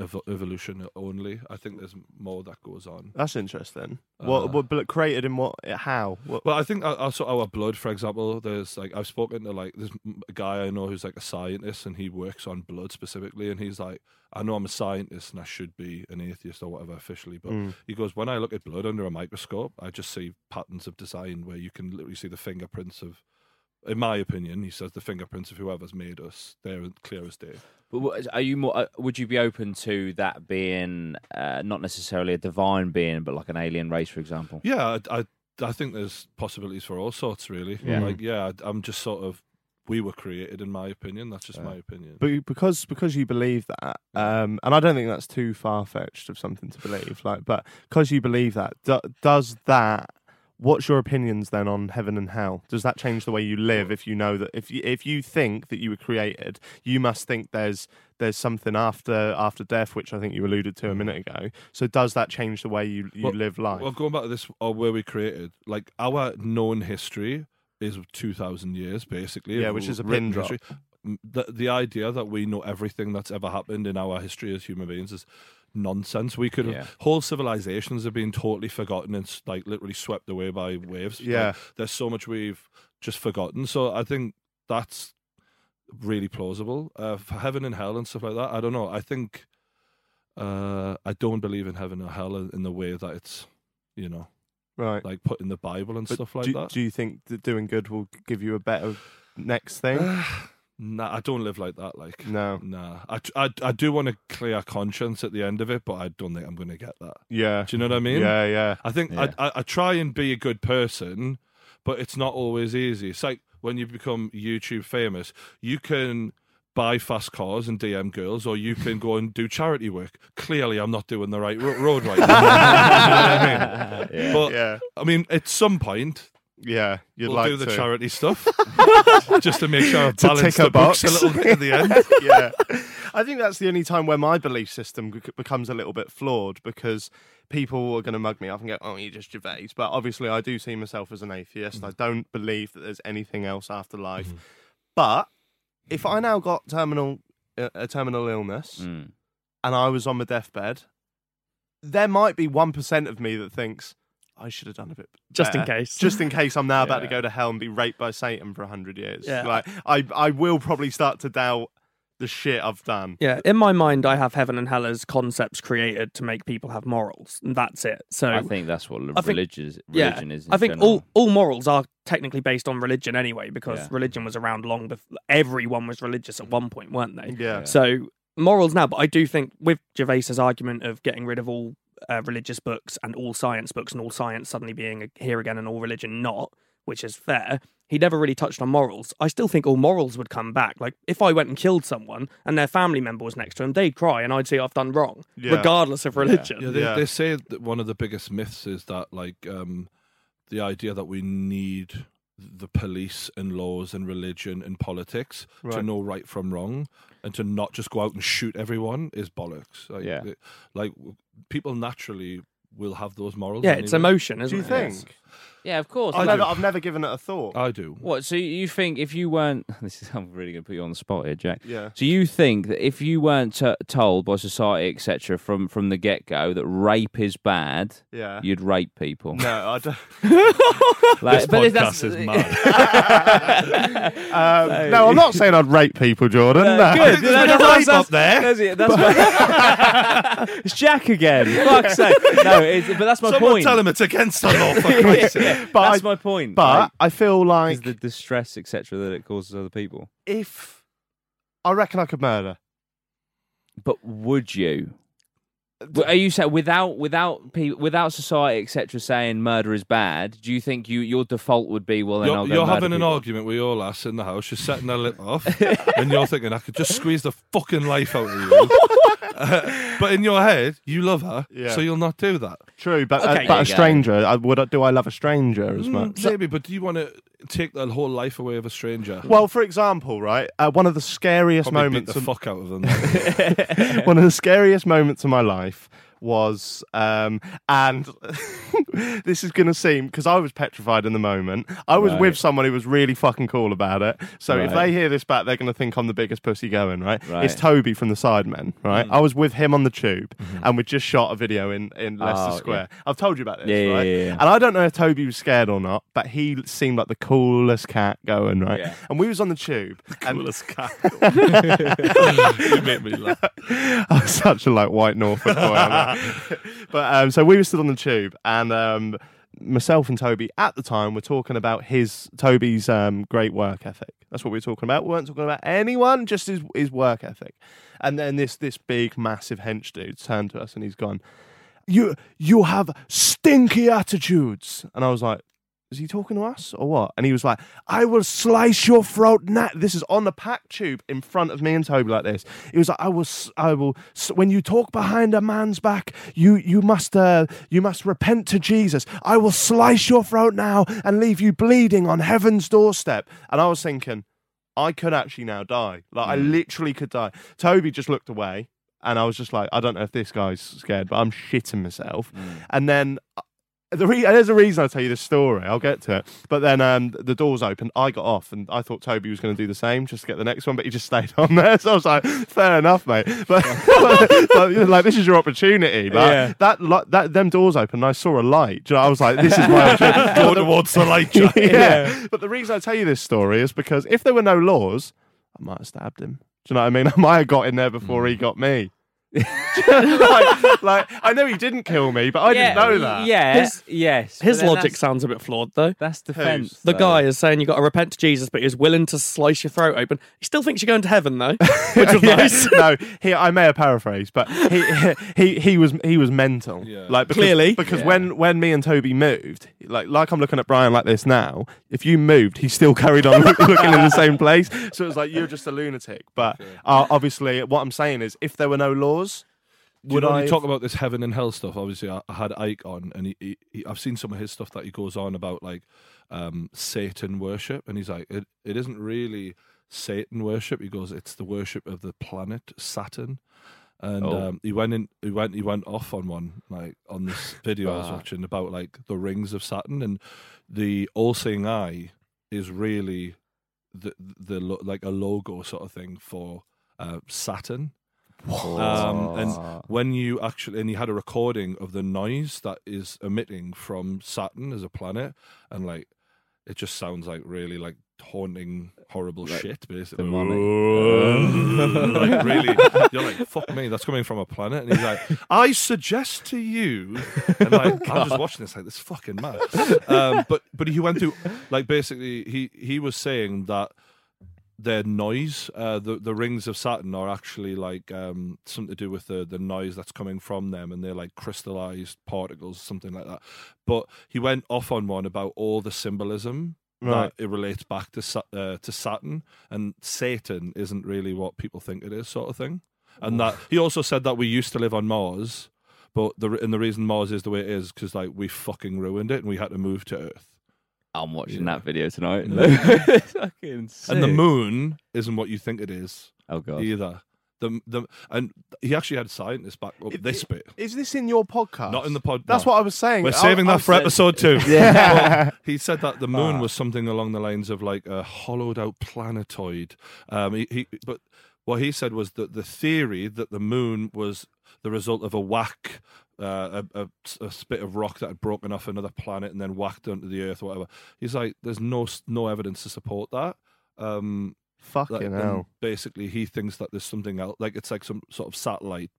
[SPEAKER 6] evo- evolution only. I think there's more that goes on.
[SPEAKER 3] That's interesting. what,
[SPEAKER 6] Uh,
[SPEAKER 3] what, but created in what? eh, How? What,
[SPEAKER 6] Well, I think al- also our blood, for example, there's like I've spoken to like this m- a guy I know who's like a scientist and he works on blood specifically, and he's like, I know I'm a scientist and I should be an atheist or whatever officially, but
[SPEAKER 3] Mm.
[SPEAKER 6] he goes, when I look at blood under a microscope, I just see patterns of design where you can literally see the fingerprints of, in my opinion, he says the fingerprints of whoever's made us. They're clear as day.
[SPEAKER 5] But what- are you more? uh, Would you be open to that being uh, not necessarily a divine being, but like an alien race, for example?
[SPEAKER 6] Yeah, I, I, I think there's possibilities for all sorts, really.
[SPEAKER 5] Yeah.
[SPEAKER 6] Like, yeah, I- I'm just sort of. We were created, in my opinion. That's just my opinion.
[SPEAKER 3] But because because you believe that,
[SPEAKER 6] Mm.
[SPEAKER 3] um, and I don't think that's too far fetched of something to believe. Like, but because you believe that, do, does that? What's your opinions then on heaven and hell? Does that change the way you live? If you know that, if you, if you think that you were created, you must think there's there's something after after death, which I think you alluded to a minute ago. So does that change the way you you
[SPEAKER 6] Mm. Well-
[SPEAKER 3] live life?
[SPEAKER 6] Well, going back to this, or where we created, like our known history is two thousand years, basically.
[SPEAKER 3] Yeah,
[SPEAKER 6] of
[SPEAKER 3] which is a pin
[SPEAKER 6] written
[SPEAKER 3] drop.
[SPEAKER 6] history. M- The the idea that we know everything that's ever happened in our history as human beings is nonsense. We could have
[SPEAKER 3] Yeah.
[SPEAKER 6] whole civilizations have been totally forgotten and s- like literally swept away by waves. Like,
[SPEAKER 3] Yeah.
[SPEAKER 6] there's so much we've just forgotten. So I think that's really plausible uh, for heaven and hell and stuff like that. I don't know. I think uh, I don't believe in heaven or hell in the way that it's you know
[SPEAKER 3] right,
[SPEAKER 6] like put in the Bible and
[SPEAKER 3] But
[SPEAKER 6] stuff like
[SPEAKER 3] do,
[SPEAKER 6] that.
[SPEAKER 3] Do you think that doing good will give you a better next thing?
[SPEAKER 6] Nah, I don't live like that. Like
[SPEAKER 3] no,
[SPEAKER 6] nah, I, I, I do want a clear conscience at the end of it, but I don't think I'm going to get that.
[SPEAKER 3] yeah.
[SPEAKER 6] Do you know what I mean?
[SPEAKER 3] Yeah, yeah.
[SPEAKER 6] I think I, I, I try and be a good person, but it's not always easy. It's like when you become YouTube famous, you can buy fast cars and DM girls, or you can go and do charity work. Clearly, I'm not doing the right ro- road right now. You know what I mean?
[SPEAKER 3] Yeah.
[SPEAKER 6] But
[SPEAKER 3] Yeah.
[SPEAKER 6] I mean, at some point,
[SPEAKER 3] Yeah, you'd
[SPEAKER 6] we'll
[SPEAKER 3] like
[SPEAKER 6] do the
[SPEAKER 3] to.
[SPEAKER 6] charity stuff just to make sure I
[SPEAKER 3] To
[SPEAKER 6] balance
[SPEAKER 3] tick a
[SPEAKER 6] the books a
[SPEAKER 3] box.
[SPEAKER 6] little bit at the end.
[SPEAKER 3] yeah. I think that's the only time where my belief system bec- becomes a little bit flawed because people are going to mug me up and go, oh, you're just Gervais. But obviously, I do see myself as an atheist.
[SPEAKER 6] Mm.
[SPEAKER 3] I don't believe that there's anything else after life.
[SPEAKER 6] Mm-hmm.
[SPEAKER 3] But if I now got terminal uh, a terminal illness
[SPEAKER 5] Hmm.
[SPEAKER 3] and I was on my deathbed, there might be 1% of me that thinks, I should have done a bit
[SPEAKER 4] Just in
[SPEAKER 3] better.
[SPEAKER 4] case.
[SPEAKER 3] Just in case I'm now about to
[SPEAKER 5] Yeah.
[SPEAKER 3] go to hell and be raped by Satan for 100 years.
[SPEAKER 4] Yeah.
[SPEAKER 3] Like, I, I will probably start to doubt the shit I've done.
[SPEAKER 4] Yeah, in my mind, I have heaven and hell as concepts created to make people have morals, and that's it. So
[SPEAKER 5] I think that's what
[SPEAKER 4] I think-
[SPEAKER 5] religion, religion
[SPEAKER 4] yeah,
[SPEAKER 5] is. in
[SPEAKER 4] I think
[SPEAKER 5] general.
[SPEAKER 4] all all morals are technically based on religion anyway, because
[SPEAKER 5] Yeah.
[SPEAKER 4] religion was around long before. Everyone was religious at one point, weren't they?
[SPEAKER 3] Yeah.
[SPEAKER 4] So morals now, but I do think with Gervais's argument of getting rid of all uh, religious books and all science books and all science suddenly being here again and all religion not, which is fair. He never really touched on morals. I still think all morals would come back. Like if I went and killed someone and their family member was next to him, they'd cry and I'd say I've done wrong,
[SPEAKER 3] Yeah.
[SPEAKER 4] regardless of religion.
[SPEAKER 6] Yeah, they,
[SPEAKER 3] Yeah.
[SPEAKER 6] they say that one of the biggest myths is that like um, the idea that we need the police and laws and religion and politics to
[SPEAKER 3] Right.
[SPEAKER 6] know right from wrong and to not just go out and shoot everyone is bollocks. Like,
[SPEAKER 5] Yeah.
[SPEAKER 6] the- like w- people naturally will have those morals.
[SPEAKER 4] Yeah, it's
[SPEAKER 6] anyway.
[SPEAKER 4] emotion, isn't
[SPEAKER 3] Do you
[SPEAKER 4] it?
[SPEAKER 3] think?
[SPEAKER 5] yeah, of course.
[SPEAKER 3] I've
[SPEAKER 5] No,
[SPEAKER 3] never, I've never given it a thought.
[SPEAKER 5] Oh,
[SPEAKER 6] I do.
[SPEAKER 5] What? So you think if you weren't? This is I'm really going to put you on the spot here, Jack.
[SPEAKER 3] Yeah.
[SPEAKER 5] So you think that if you weren't t- told by society, etc., from from the get go that rape is bad,
[SPEAKER 3] Yeah.
[SPEAKER 5] you'd rape people.
[SPEAKER 3] no, I don't.
[SPEAKER 5] Like, if
[SPEAKER 6] This podcast is mad.
[SPEAKER 3] Um, no, I'm not saying I'd rape people, Jordan. no. There's
[SPEAKER 5] Good.
[SPEAKER 3] been a
[SPEAKER 5] That's what I'm
[SPEAKER 3] rape
[SPEAKER 5] saying.
[SPEAKER 3] up there.
[SPEAKER 5] That's it. That's what- it's Jack again. Fuck's sake. No, it's, but that's my
[SPEAKER 6] Someone
[SPEAKER 5] point.
[SPEAKER 6] tell him it's against the law. For Christ's sake.
[SPEAKER 5] Yeah,
[SPEAKER 3] But
[SPEAKER 5] that's
[SPEAKER 3] I-
[SPEAKER 5] my point.
[SPEAKER 3] But
[SPEAKER 5] like,
[SPEAKER 3] I feel
[SPEAKER 5] is
[SPEAKER 3] like
[SPEAKER 5] the distress, etc., that it causes other people.
[SPEAKER 3] if I reckon I could murder.
[SPEAKER 5] But would you? W- Are you saying without without pe- without society etc. saying murder is bad? Do you think you your default would be well then I'll
[SPEAKER 6] You're,
[SPEAKER 5] go
[SPEAKER 6] you're
[SPEAKER 5] murder
[SPEAKER 6] having an
[SPEAKER 5] people?
[SPEAKER 6] argument with your lass in the house. She's setting her lip off, and you're thinking, "I could just squeeze the fucking life out of you." but in your head, you love her,
[SPEAKER 3] Yeah.
[SPEAKER 6] so you'll not do that.
[SPEAKER 3] True, but, uh, but a stranger, I, would I, do I love a stranger as much?
[SPEAKER 6] Mm, maybe, but do you want to take the whole life away of a stranger?
[SPEAKER 3] Well, for example, right, uh, one of the scariest
[SPEAKER 6] Probably beat
[SPEAKER 3] moments,
[SPEAKER 6] the
[SPEAKER 3] of,
[SPEAKER 6] fuck out of them. though.
[SPEAKER 3] one of the scariest moments of my life was, um, and this is going to seem because I was petrified in the moment. I was
[SPEAKER 5] Right.
[SPEAKER 3] with someone who was really fucking cool about it. So if
[SPEAKER 5] Right.
[SPEAKER 3] they hear this back, they're going to think I'm the biggest pussy going, right?
[SPEAKER 5] Right. Mm.
[SPEAKER 3] It's Toby from the Sidemen, right? I was with him on the tube, and we just shot a video in in Leicester
[SPEAKER 5] Mm-hmm. Oh, yeah.
[SPEAKER 3] Square. I've told you about this,
[SPEAKER 5] Yeah, yeah,
[SPEAKER 3] right?
[SPEAKER 5] yeah, yeah.
[SPEAKER 3] And I don't know if Toby was scared or not, but he seemed like the coolest cat going, right?
[SPEAKER 5] Yeah.
[SPEAKER 3] And we was on the tube. coolest cat.
[SPEAKER 6] you make me laugh.
[SPEAKER 3] I'm such a like white Norfolk boy. I'm like- but um, so we were still on the tube, and um, myself and Toby at the time were talking about his Toby's um, great work ethic. That's what we were talking about. We weren't talking about anyone, just his his work ethic. And then this this big massive hench dude turned to us and he's gone, "You you have stinky attitudes," and I was like. Is he talking to us or what? And he was like, I will slice your throat now. This is on the pack tube in front of me and Toby like this. He was like, I will, s- I will, s- when you talk behind a man's back, you, you must, uh, you must repent to Jesus. I will slice your throat now and leave you bleeding on heaven's doorstep. And I was thinking, I could actually now die. Like, I literally could die. Toby just looked away. And I was just like, I don't know if this guy's scared, but I'm shitting myself. And then the re- there's a reason I tell you this story. I'll get to it. But then um, the doors opened. I got off, and I thought Toby was going to do the same, just to get the next one. But he just stayed on there. So I was like, fair enough, mate. But, but, you know, like, this is your opportunity. Like,
[SPEAKER 5] Yeah.
[SPEAKER 3] That li- that them doors opened. And I saw a light. Do you know, I was like, this is my opportunity.
[SPEAKER 6] Go towards the light.
[SPEAKER 3] yeah.
[SPEAKER 6] Jack.
[SPEAKER 3] But the reason I tell you this story is because if there were no laws, I might have stabbed him. Do you know what I mean? I might have got in there before
[SPEAKER 6] Mm.
[SPEAKER 3] he got me. like, like, I know he didn't kill me, but I didn't know that.
[SPEAKER 5] Yeah,
[SPEAKER 4] His-
[SPEAKER 5] yes.
[SPEAKER 4] His
[SPEAKER 5] but then
[SPEAKER 4] logic
[SPEAKER 5] that's-
[SPEAKER 4] sounds a bit flawed, though.
[SPEAKER 5] That's defense.
[SPEAKER 4] The
[SPEAKER 5] though.
[SPEAKER 4] guy is saying you got to repent to Jesus, but he's willing to slice your throat open. He still thinks you're going to heaven, though. Which was
[SPEAKER 3] Yeah,
[SPEAKER 4] nice.
[SPEAKER 3] no, he, I may have paraphrased, but he he he was he was mental.
[SPEAKER 6] Yeah.
[SPEAKER 3] Like because,
[SPEAKER 4] Clearly.
[SPEAKER 3] because
[SPEAKER 5] Yeah.
[SPEAKER 3] when when me and Toby moved, like like I'm looking at Brian like this now. If you moved, he still carried on look- looking in the same place. So it was like you're just a lunatic. But uh, obviously, what I'm saying is, if there were no laws,
[SPEAKER 6] Would
[SPEAKER 3] would
[SPEAKER 6] you know, when
[SPEAKER 3] I
[SPEAKER 6] you talk about this heaven and hell stuff? Obviously, I, I had Ike on, and he, he, he, I've seen some of his stuff that he goes on about like um, Satan worship, and he's like, it, it isn't really Satan worship. He goes, it's the worship of the planet Saturn. And
[SPEAKER 5] Oh.
[SPEAKER 6] um, he went in, he went, he went off on one like on this video I was
[SPEAKER 3] Ah.
[SPEAKER 5] Right.
[SPEAKER 6] watching about like the rings of Saturn and the all-seeing eye is really the the lo- like a logo sort of thing for uh, Saturn. Um, and when you actually and he had a recording of the noise that is emitting from Saturn as a planet, and like it just sounds like really like haunting, horrible shit, basically. like really, you're like fuck me, that's coming from a planet. And he's like, I suggest to you, and like I'm just watching this like this fucking mad. Um, but but he went through like basically he he was saying that their noise. Uh, the the rings of Saturn are actually like um, something to do with the the noise that's coming from them, and they're like crystallized particles, something like that. But he went off on one about all the symbolism.
[SPEAKER 3] Right.
[SPEAKER 6] That it relates back to Sa- uh, to Saturn, and Satan isn't really what people think it is, sort of thing. And that he also said that we used to live on Mars, but the re- and the reason Mars is the way it is because like we fucking ruined it and we had to move to Earth.
[SPEAKER 5] I'm watching
[SPEAKER 6] Yeah.
[SPEAKER 5] that video tonight. Fucking
[SPEAKER 6] And the
[SPEAKER 5] sick.
[SPEAKER 6] moon isn't what you think it is.
[SPEAKER 5] Oh god.
[SPEAKER 6] either. The, the and he actually had scientists back up this bit.
[SPEAKER 3] Is this in your podcast?
[SPEAKER 6] Not in the pod-
[SPEAKER 3] That's
[SPEAKER 6] no.
[SPEAKER 3] what I was saying.
[SPEAKER 6] We're
[SPEAKER 3] I-
[SPEAKER 6] saving
[SPEAKER 3] I
[SPEAKER 6] that for
[SPEAKER 3] said-
[SPEAKER 6] episode two.
[SPEAKER 3] Yeah.
[SPEAKER 6] But he said that the
[SPEAKER 3] Ah.
[SPEAKER 6] moon was something along the lines of like a hollowed out planetoid. Um, he, he, but what he said was that the theory that the moon was the result of a whack, uh, a, a, a spit of rock that had broken off another planet and then whacked onto the Earth, or whatever. He's like, there's no s- no evidence to support that. Um, like,
[SPEAKER 3] Fucking
[SPEAKER 6] and
[SPEAKER 3] hell.
[SPEAKER 6] Basically, he thinks that there's something else, like it's like some sort of satellite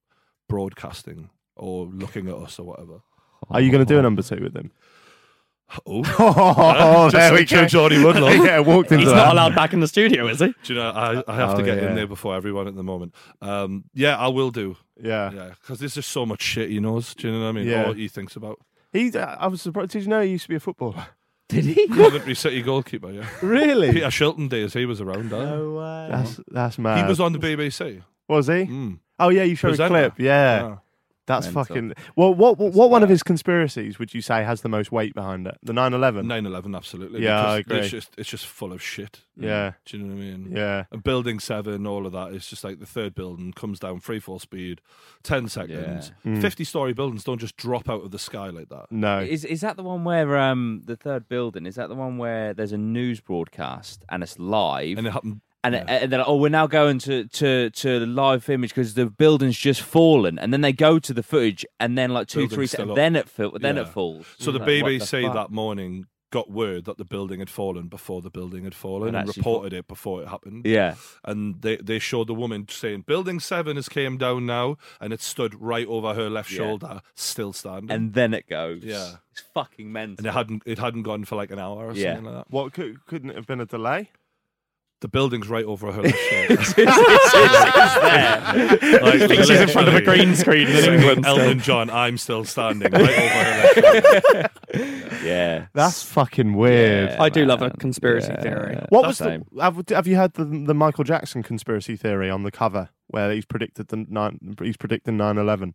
[SPEAKER 6] broadcasting or looking at us or whatever.
[SPEAKER 3] Are you going to do a number two with him?
[SPEAKER 6] Oh,
[SPEAKER 3] Oh,
[SPEAKER 6] um, Just like Joe Jordy Woodlaw.
[SPEAKER 3] yeah, walked into
[SPEAKER 4] He's
[SPEAKER 3] that.
[SPEAKER 4] not allowed back in the studio, is he?
[SPEAKER 6] do you know? I, I have
[SPEAKER 3] Oh,
[SPEAKER 6] to get
[SPEAKER 3] yeah.
[SPEAKER 6] in there before everyone at the moment. Um, yeah, I will do.
[SPEAKER 3] Yeah.
[SPEAKER 6] Yeah, because there's just so much shit he knows. Do you know what I mean?
[SPEAKER 3] Yeah.
[SPEAKER 6] Or what he thinks about.
[SPEAKER 3] He, uh, I was surprised. Did you know he used to be a footballer?
[SPEAKER 5] Did he?
[SPEAKER 6] Coventry City goalkeeper. Yeah,
[SPEAKER 3] Really?
[SPEAKER 6] Peter Shilton days. He was around. eh?
[SPEAKER 3] That's that's mad.
[SPEAKER 6] He was on the BBC.
[SPEAKER 3] Was he?
[SPEAKER 6] Hmm.
[SPEAKER 3] Oh yeah, you showed
[SPEAKER 6] Presenter.
[SPEAKER 3] a clip. Yeah.
[SPEAKER 6] Yeah.
[SPEAKER 3] That's
[SPEAKER 6] Mental.
[SPEAKER 3] fucking. Well, what what, what one of his conspiracies would you say has the most weight behind it? The 9/11.
[SPEAKER 6] 9/11, absolutely.
[SPEAKER 3] Yeah, I
[SPEAKER 6] because It's
[SPEAKER 3] agree.
[SPEAKER 6] just it's just full of shit. Hmm.
[SPEAKER 3] Yeah.
[SPEAKER 6] do you know what I mean?
[SPEAKER 3] Yeah.
[SPEAKER 6] And building seven, all of that. It's just like the third building comes down free fall speed, ten seconds.
[SPEAKER 5] Yeah.
[SPEAKER 3] Hmm.
[SPEAKER 5] Mm.
[SPEAKER 6] Fifty story buildings don't just drop out of the sky like that.
[SPEAKER 5] Is is that the one where um the third building? Is that the one where there's a news broadcast and it's live and
[SPEAKER 6] it happened?
[SPEAKER 5] And, and they're like, oh, we're now going to to to the live image because the building's just fallen, and then they go to the footage, and then like two,
[SPEAKER 6] Building's
[SPEAKER 5] three,
[SPEAKER 6] still
[SPEAKER 5] se-
[SPEAKER 6] up.
[SPEAKER 5] then it fil- then
[SPEAKER 6] Yeah.
[SPEAKER 5] it falls.
[SPEAKER 6] So
[SPEAKER 5] Like,
[SPEAKER 6] the
[SPEAKER 5] what the
[SPEAKER 6] BBC
[SPEAKER 5] fuck?
[SPEAKER 6] that morning got word that the building had fallen before the building had fallen
[SPEAKER 5] And
[SPEAKER 6] and,
[SPEAKER 5] actually
[SPEAKER 6] reported it before it happened.
[SPEAKER 5] Yeah.
[SPEAKER 6] And they, they showed the woman saying, Building seven has came down now and it stood right over her left
[SPEAKER 5] Yeah.
[SPEAKER 6] shoulder, still standing.
[SPEAKER 5] And then it goes.
[SPEAKER 6] Yeah.
[SPEAKER 5] It's fucking mental.
[SPEAKER 6] And it hadn't it hadn't gone for like an hour or
[SPEAKER 5] Yeah.
[SPEAKER 6] something like that.
[SPEAKER 3] What could, couldn't it have been a delay?
[SPEAKER 6] The building's right over her left shoulder.
[SPEAKER 3] It's- it's- it's there.
[SPEAKER 6] Like,
[SPEAKER 3] He thinks he's in front of a
[SPEAKER 6] literally.
[SPEAKER 3] green screen in
[SPEAKER 6] Saying,
[SPEAKER 3] England
[SPEAKER 6] Elton
[SPEAKER 3] still.
[SPEAKER 6] John, I'm still standing right over her left shoulder.
[SPEAKER 5] Yeah.
[SPEAKER 3] That's fucking weird.
[SPEAKER 4] I do love a conspiracy theory.
[SPEAKER 3] What was the, have, have you heard the, the Michael Jackson conspiracy theory on the cover where he's predicted the nine he's predicting 9/11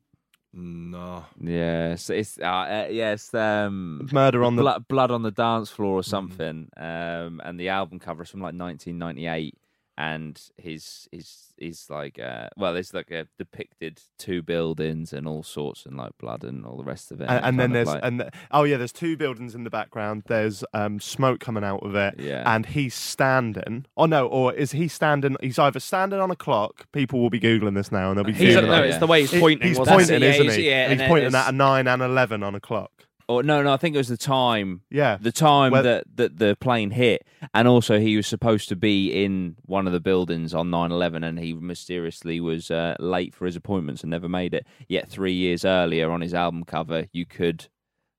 [SPEAKER 6] No.
[SPEAKER 5] Yeah, it's it's, uh, uh, yeah, it's um,
[SPEAKER 3] Murder on the- Mm.
[SPEAKER 5] blood, blood on the dance floor or something. Um, and the album cover is from like 1998, and his his is like uh, well, there's like a depicted two buildings and all sorts and like blood and all the rest of it.
[SPEAKER 3] and, and then
[SPEAKER 5] kind of
[SPEAKER 3] there's
[SPEAKER 5] like-
[SPEAKER 3] and the, oh yeah there's two buildings in the background there's um, smoke coming out of it
[SPEAKER 5] Yeah.
[SPEAKER 3] and he's standing oh no or is he standing he's either standing on a clock people will be googling this now and they'll be
[SPEAKER 5] He's-
[SPEAKER 3] googling
[SPEAKER 5] no,
[SPEAKER 3] it.
[SPEAKER 5] it's the way he's
[SPEAKER 3] He-
[SPEAKER 5] pointing,
[SPEAKER 3] he's
[SPEAKER 5] wasn't it?
[SPEAKER 3] pointing
[SPEAKER 5] Yeah,
[SPEAKER 3] isn't
[SPEAKER 5] he's-
[SPEAKER 3] he
[SPEAKER 5] yeah,
[SPEAKER 3] he's
[SPEAKER 5] and
[SPEAKER 3] pointing
[SPEAKER 5] it's-
[SPEAKER 3] at a 9 and 11 on a clock
[SPEAKER 5] Or Oh, no, no, I think it was the time.
[SPEAKER 3] Yeah.
[SPEAKER 5] the time
[SPEAKER 3] Well-
[SPEAKER 5] that, that the plane hit, and also he was supposed to be in one of the buildings on 9-11 and he mysteriously was uh, late for his appointments and never made it. Yet three years earlier on his album cover, you could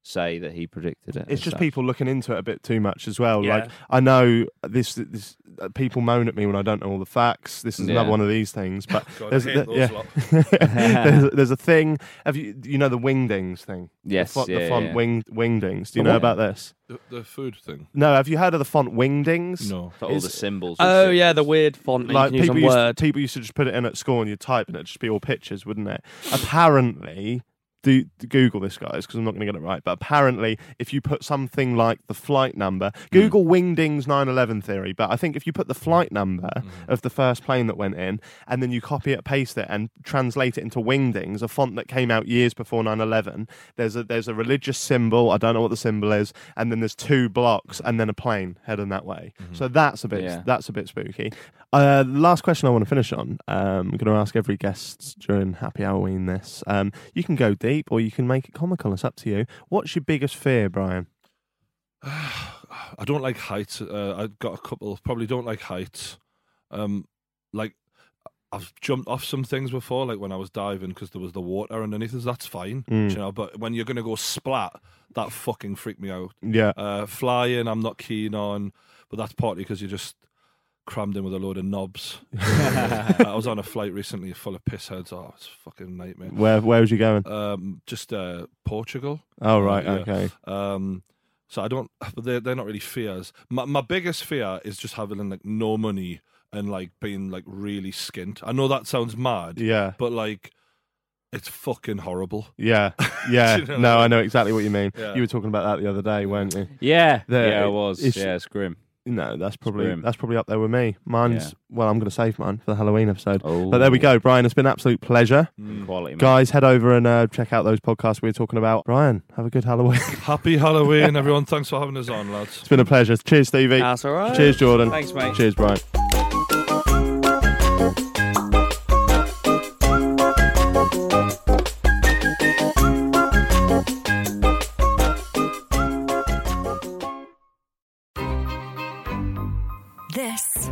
[SPEAKER 5] say that he predicted it.
[SPEAKER 3] It's just
[SPEAKER 5] people.
[SPEAKER 3] people looking into it a bit too much as well.
[SPEAKER 5] Yeah.
[SPEAKER 3] Like I know this, this uh, people moan at me when I don't know all the facts. This is
[SPEAKER 5] Yeah.
[SPEAKER 3] another one of these things. But
[SPEAKER 6] God, I
[SPEAKER 3] there's,
[SPEAKER 6] hate those lot.
[SPEAKER 3] there's there's a thing. Have you you know the wingdings thing?
[SPEAKER 5] Yes,
[SPEAKER 3] the, fo-
[SPEAKER 5] yeah,
[SPEAKER 3] the font
[SPEAKER 5] yeah.
[SPEAKER 3] wing wingdings. Do you
[SPEAKER 6] The
[SPEAKER 3] know
[SPEAKER 6] what?
[SPEAKER 3] about this?
[SPEAKER 6] The, the food thing.
[SPEAKER 3] No, have you heard of the font wingdings?
[SPEAKER 6] No.
[SPEAKER 5] For all the symbols and
[SPEAKER 4] Oh yeah, the weird font that
[SPEAKER 3] Like
[SPEAKER 4] you can use
[SPEAKER 3] people
[SPEAKER 4] on
[SPEAKER 3] used, to,
[SPEAKER 4] Word.
[SPEAKER 3] people used to just put it in at school and you'd type and it'd just be all pictures, wouldn't it? Apparently, do, do Google this, guys, because I'm not going to get it right. But apparently, if you put something like the flight number, Google Wingdings 9/11 theory. But I think if you put the flight number of the first plane that went in, and then you copy it, paste it, and translate it into Wingdings, a font that came out years before 9/11, there's a there's a religious symbol. I don't know what the symbol is, and then there's two blocks, and then a plane heading that way. So that's a bit
[SPEAKER 5] Yeah.
[SPEAKER 3] that's a bit spooky. Uh, last question I want to finish on. Um, I'm going to ask every guest during Happy Halloween this. Um, you can go deep or you can make it comical. It's up to you. What's your biggest fear, Brian?
[SPEAKER 6] I don't like heights. Uh, I've got a couple. Probably don't like heights. Um, like I've jumped off some things before, like when I was diving because there was the water underneath us. That's fine,
[SPEAKER 3] Mm.
[SPEAKER 6] do you know. But when you're gonna go splat, that fucking freaked me out.
[SPEAKER 3] Yeah.
[SPEAKER 6] Uh, flying, I'm not keen on, but that's partly because you're just crammed in with a load of knobs. I was on a flight recently full of piss heads. Oh, it's a fucking nightmare.
[SPEAKER 3] Where Where was you going?
[SPEAKER 6] Um, just uh, Portugal.
[SPEAKER 3] Oh, right,
[SPEAKER 6] Yeah.
[SPEAKER 3] okay.
[SPEAKER 6] Um, so I don't. But they're they're not really fears. My my biggest fear is just having like no money and like being like really skint. I know that sounds mad.
[SPEAKER 3] Yeah.
[SPEAKER 6] But like, it's fucking horrible.
[SPEAKER 3] Yeah, yeah.
[SPEAKER 6] Do you know
[SPEAKER 3] no,
[SPEAKER 6] what I
[SPEAKER 3] I
[SPEAKER 6] mean?
[SPEAKER 3] know exactly what you mean.
[SPEAKER 6] Yeah.
[SPEAKER 3] You were talking about that the other day, weren't you?
[SPEAKER 5] Yeah,
[SPEAKER 3] The-
[SPEAKER 5] yeah, I was.
[SPEAKER 3] it's-
[SPEAKER 5] yeah, it's grim.
[SPEAKER 3] No, that's probably
[SPEAKER 5] grim.
[SPEAKER 3] that's probably up there with me. Mine's well, I'm going to save mine for the Halloween episode.
[SPEAKER 5] Oh. Mm.
[SPEAKER 3] But there we go, Brian. It's been an absolute pleasure.
[SPEAKER 5] Quality, man.
[SPEAKER 3] Guys, head over and uh, check out those podcasts we were talking about. Brian, have a good Halloween.
[SPEAKER 6] Happy Halloween, everyone! Thanks for having us on, lads.
[SPEAKER 3] it's been a pleasure. Cheers, Stevie.
[SPEAKER 4] That's all right.
[SPEAKER 3] Cheers, Jordan.
[SPEAKER 4] Thanks, mate.
[SPEAKER 3] Cheers, Brian.
[SPEAKER 8] This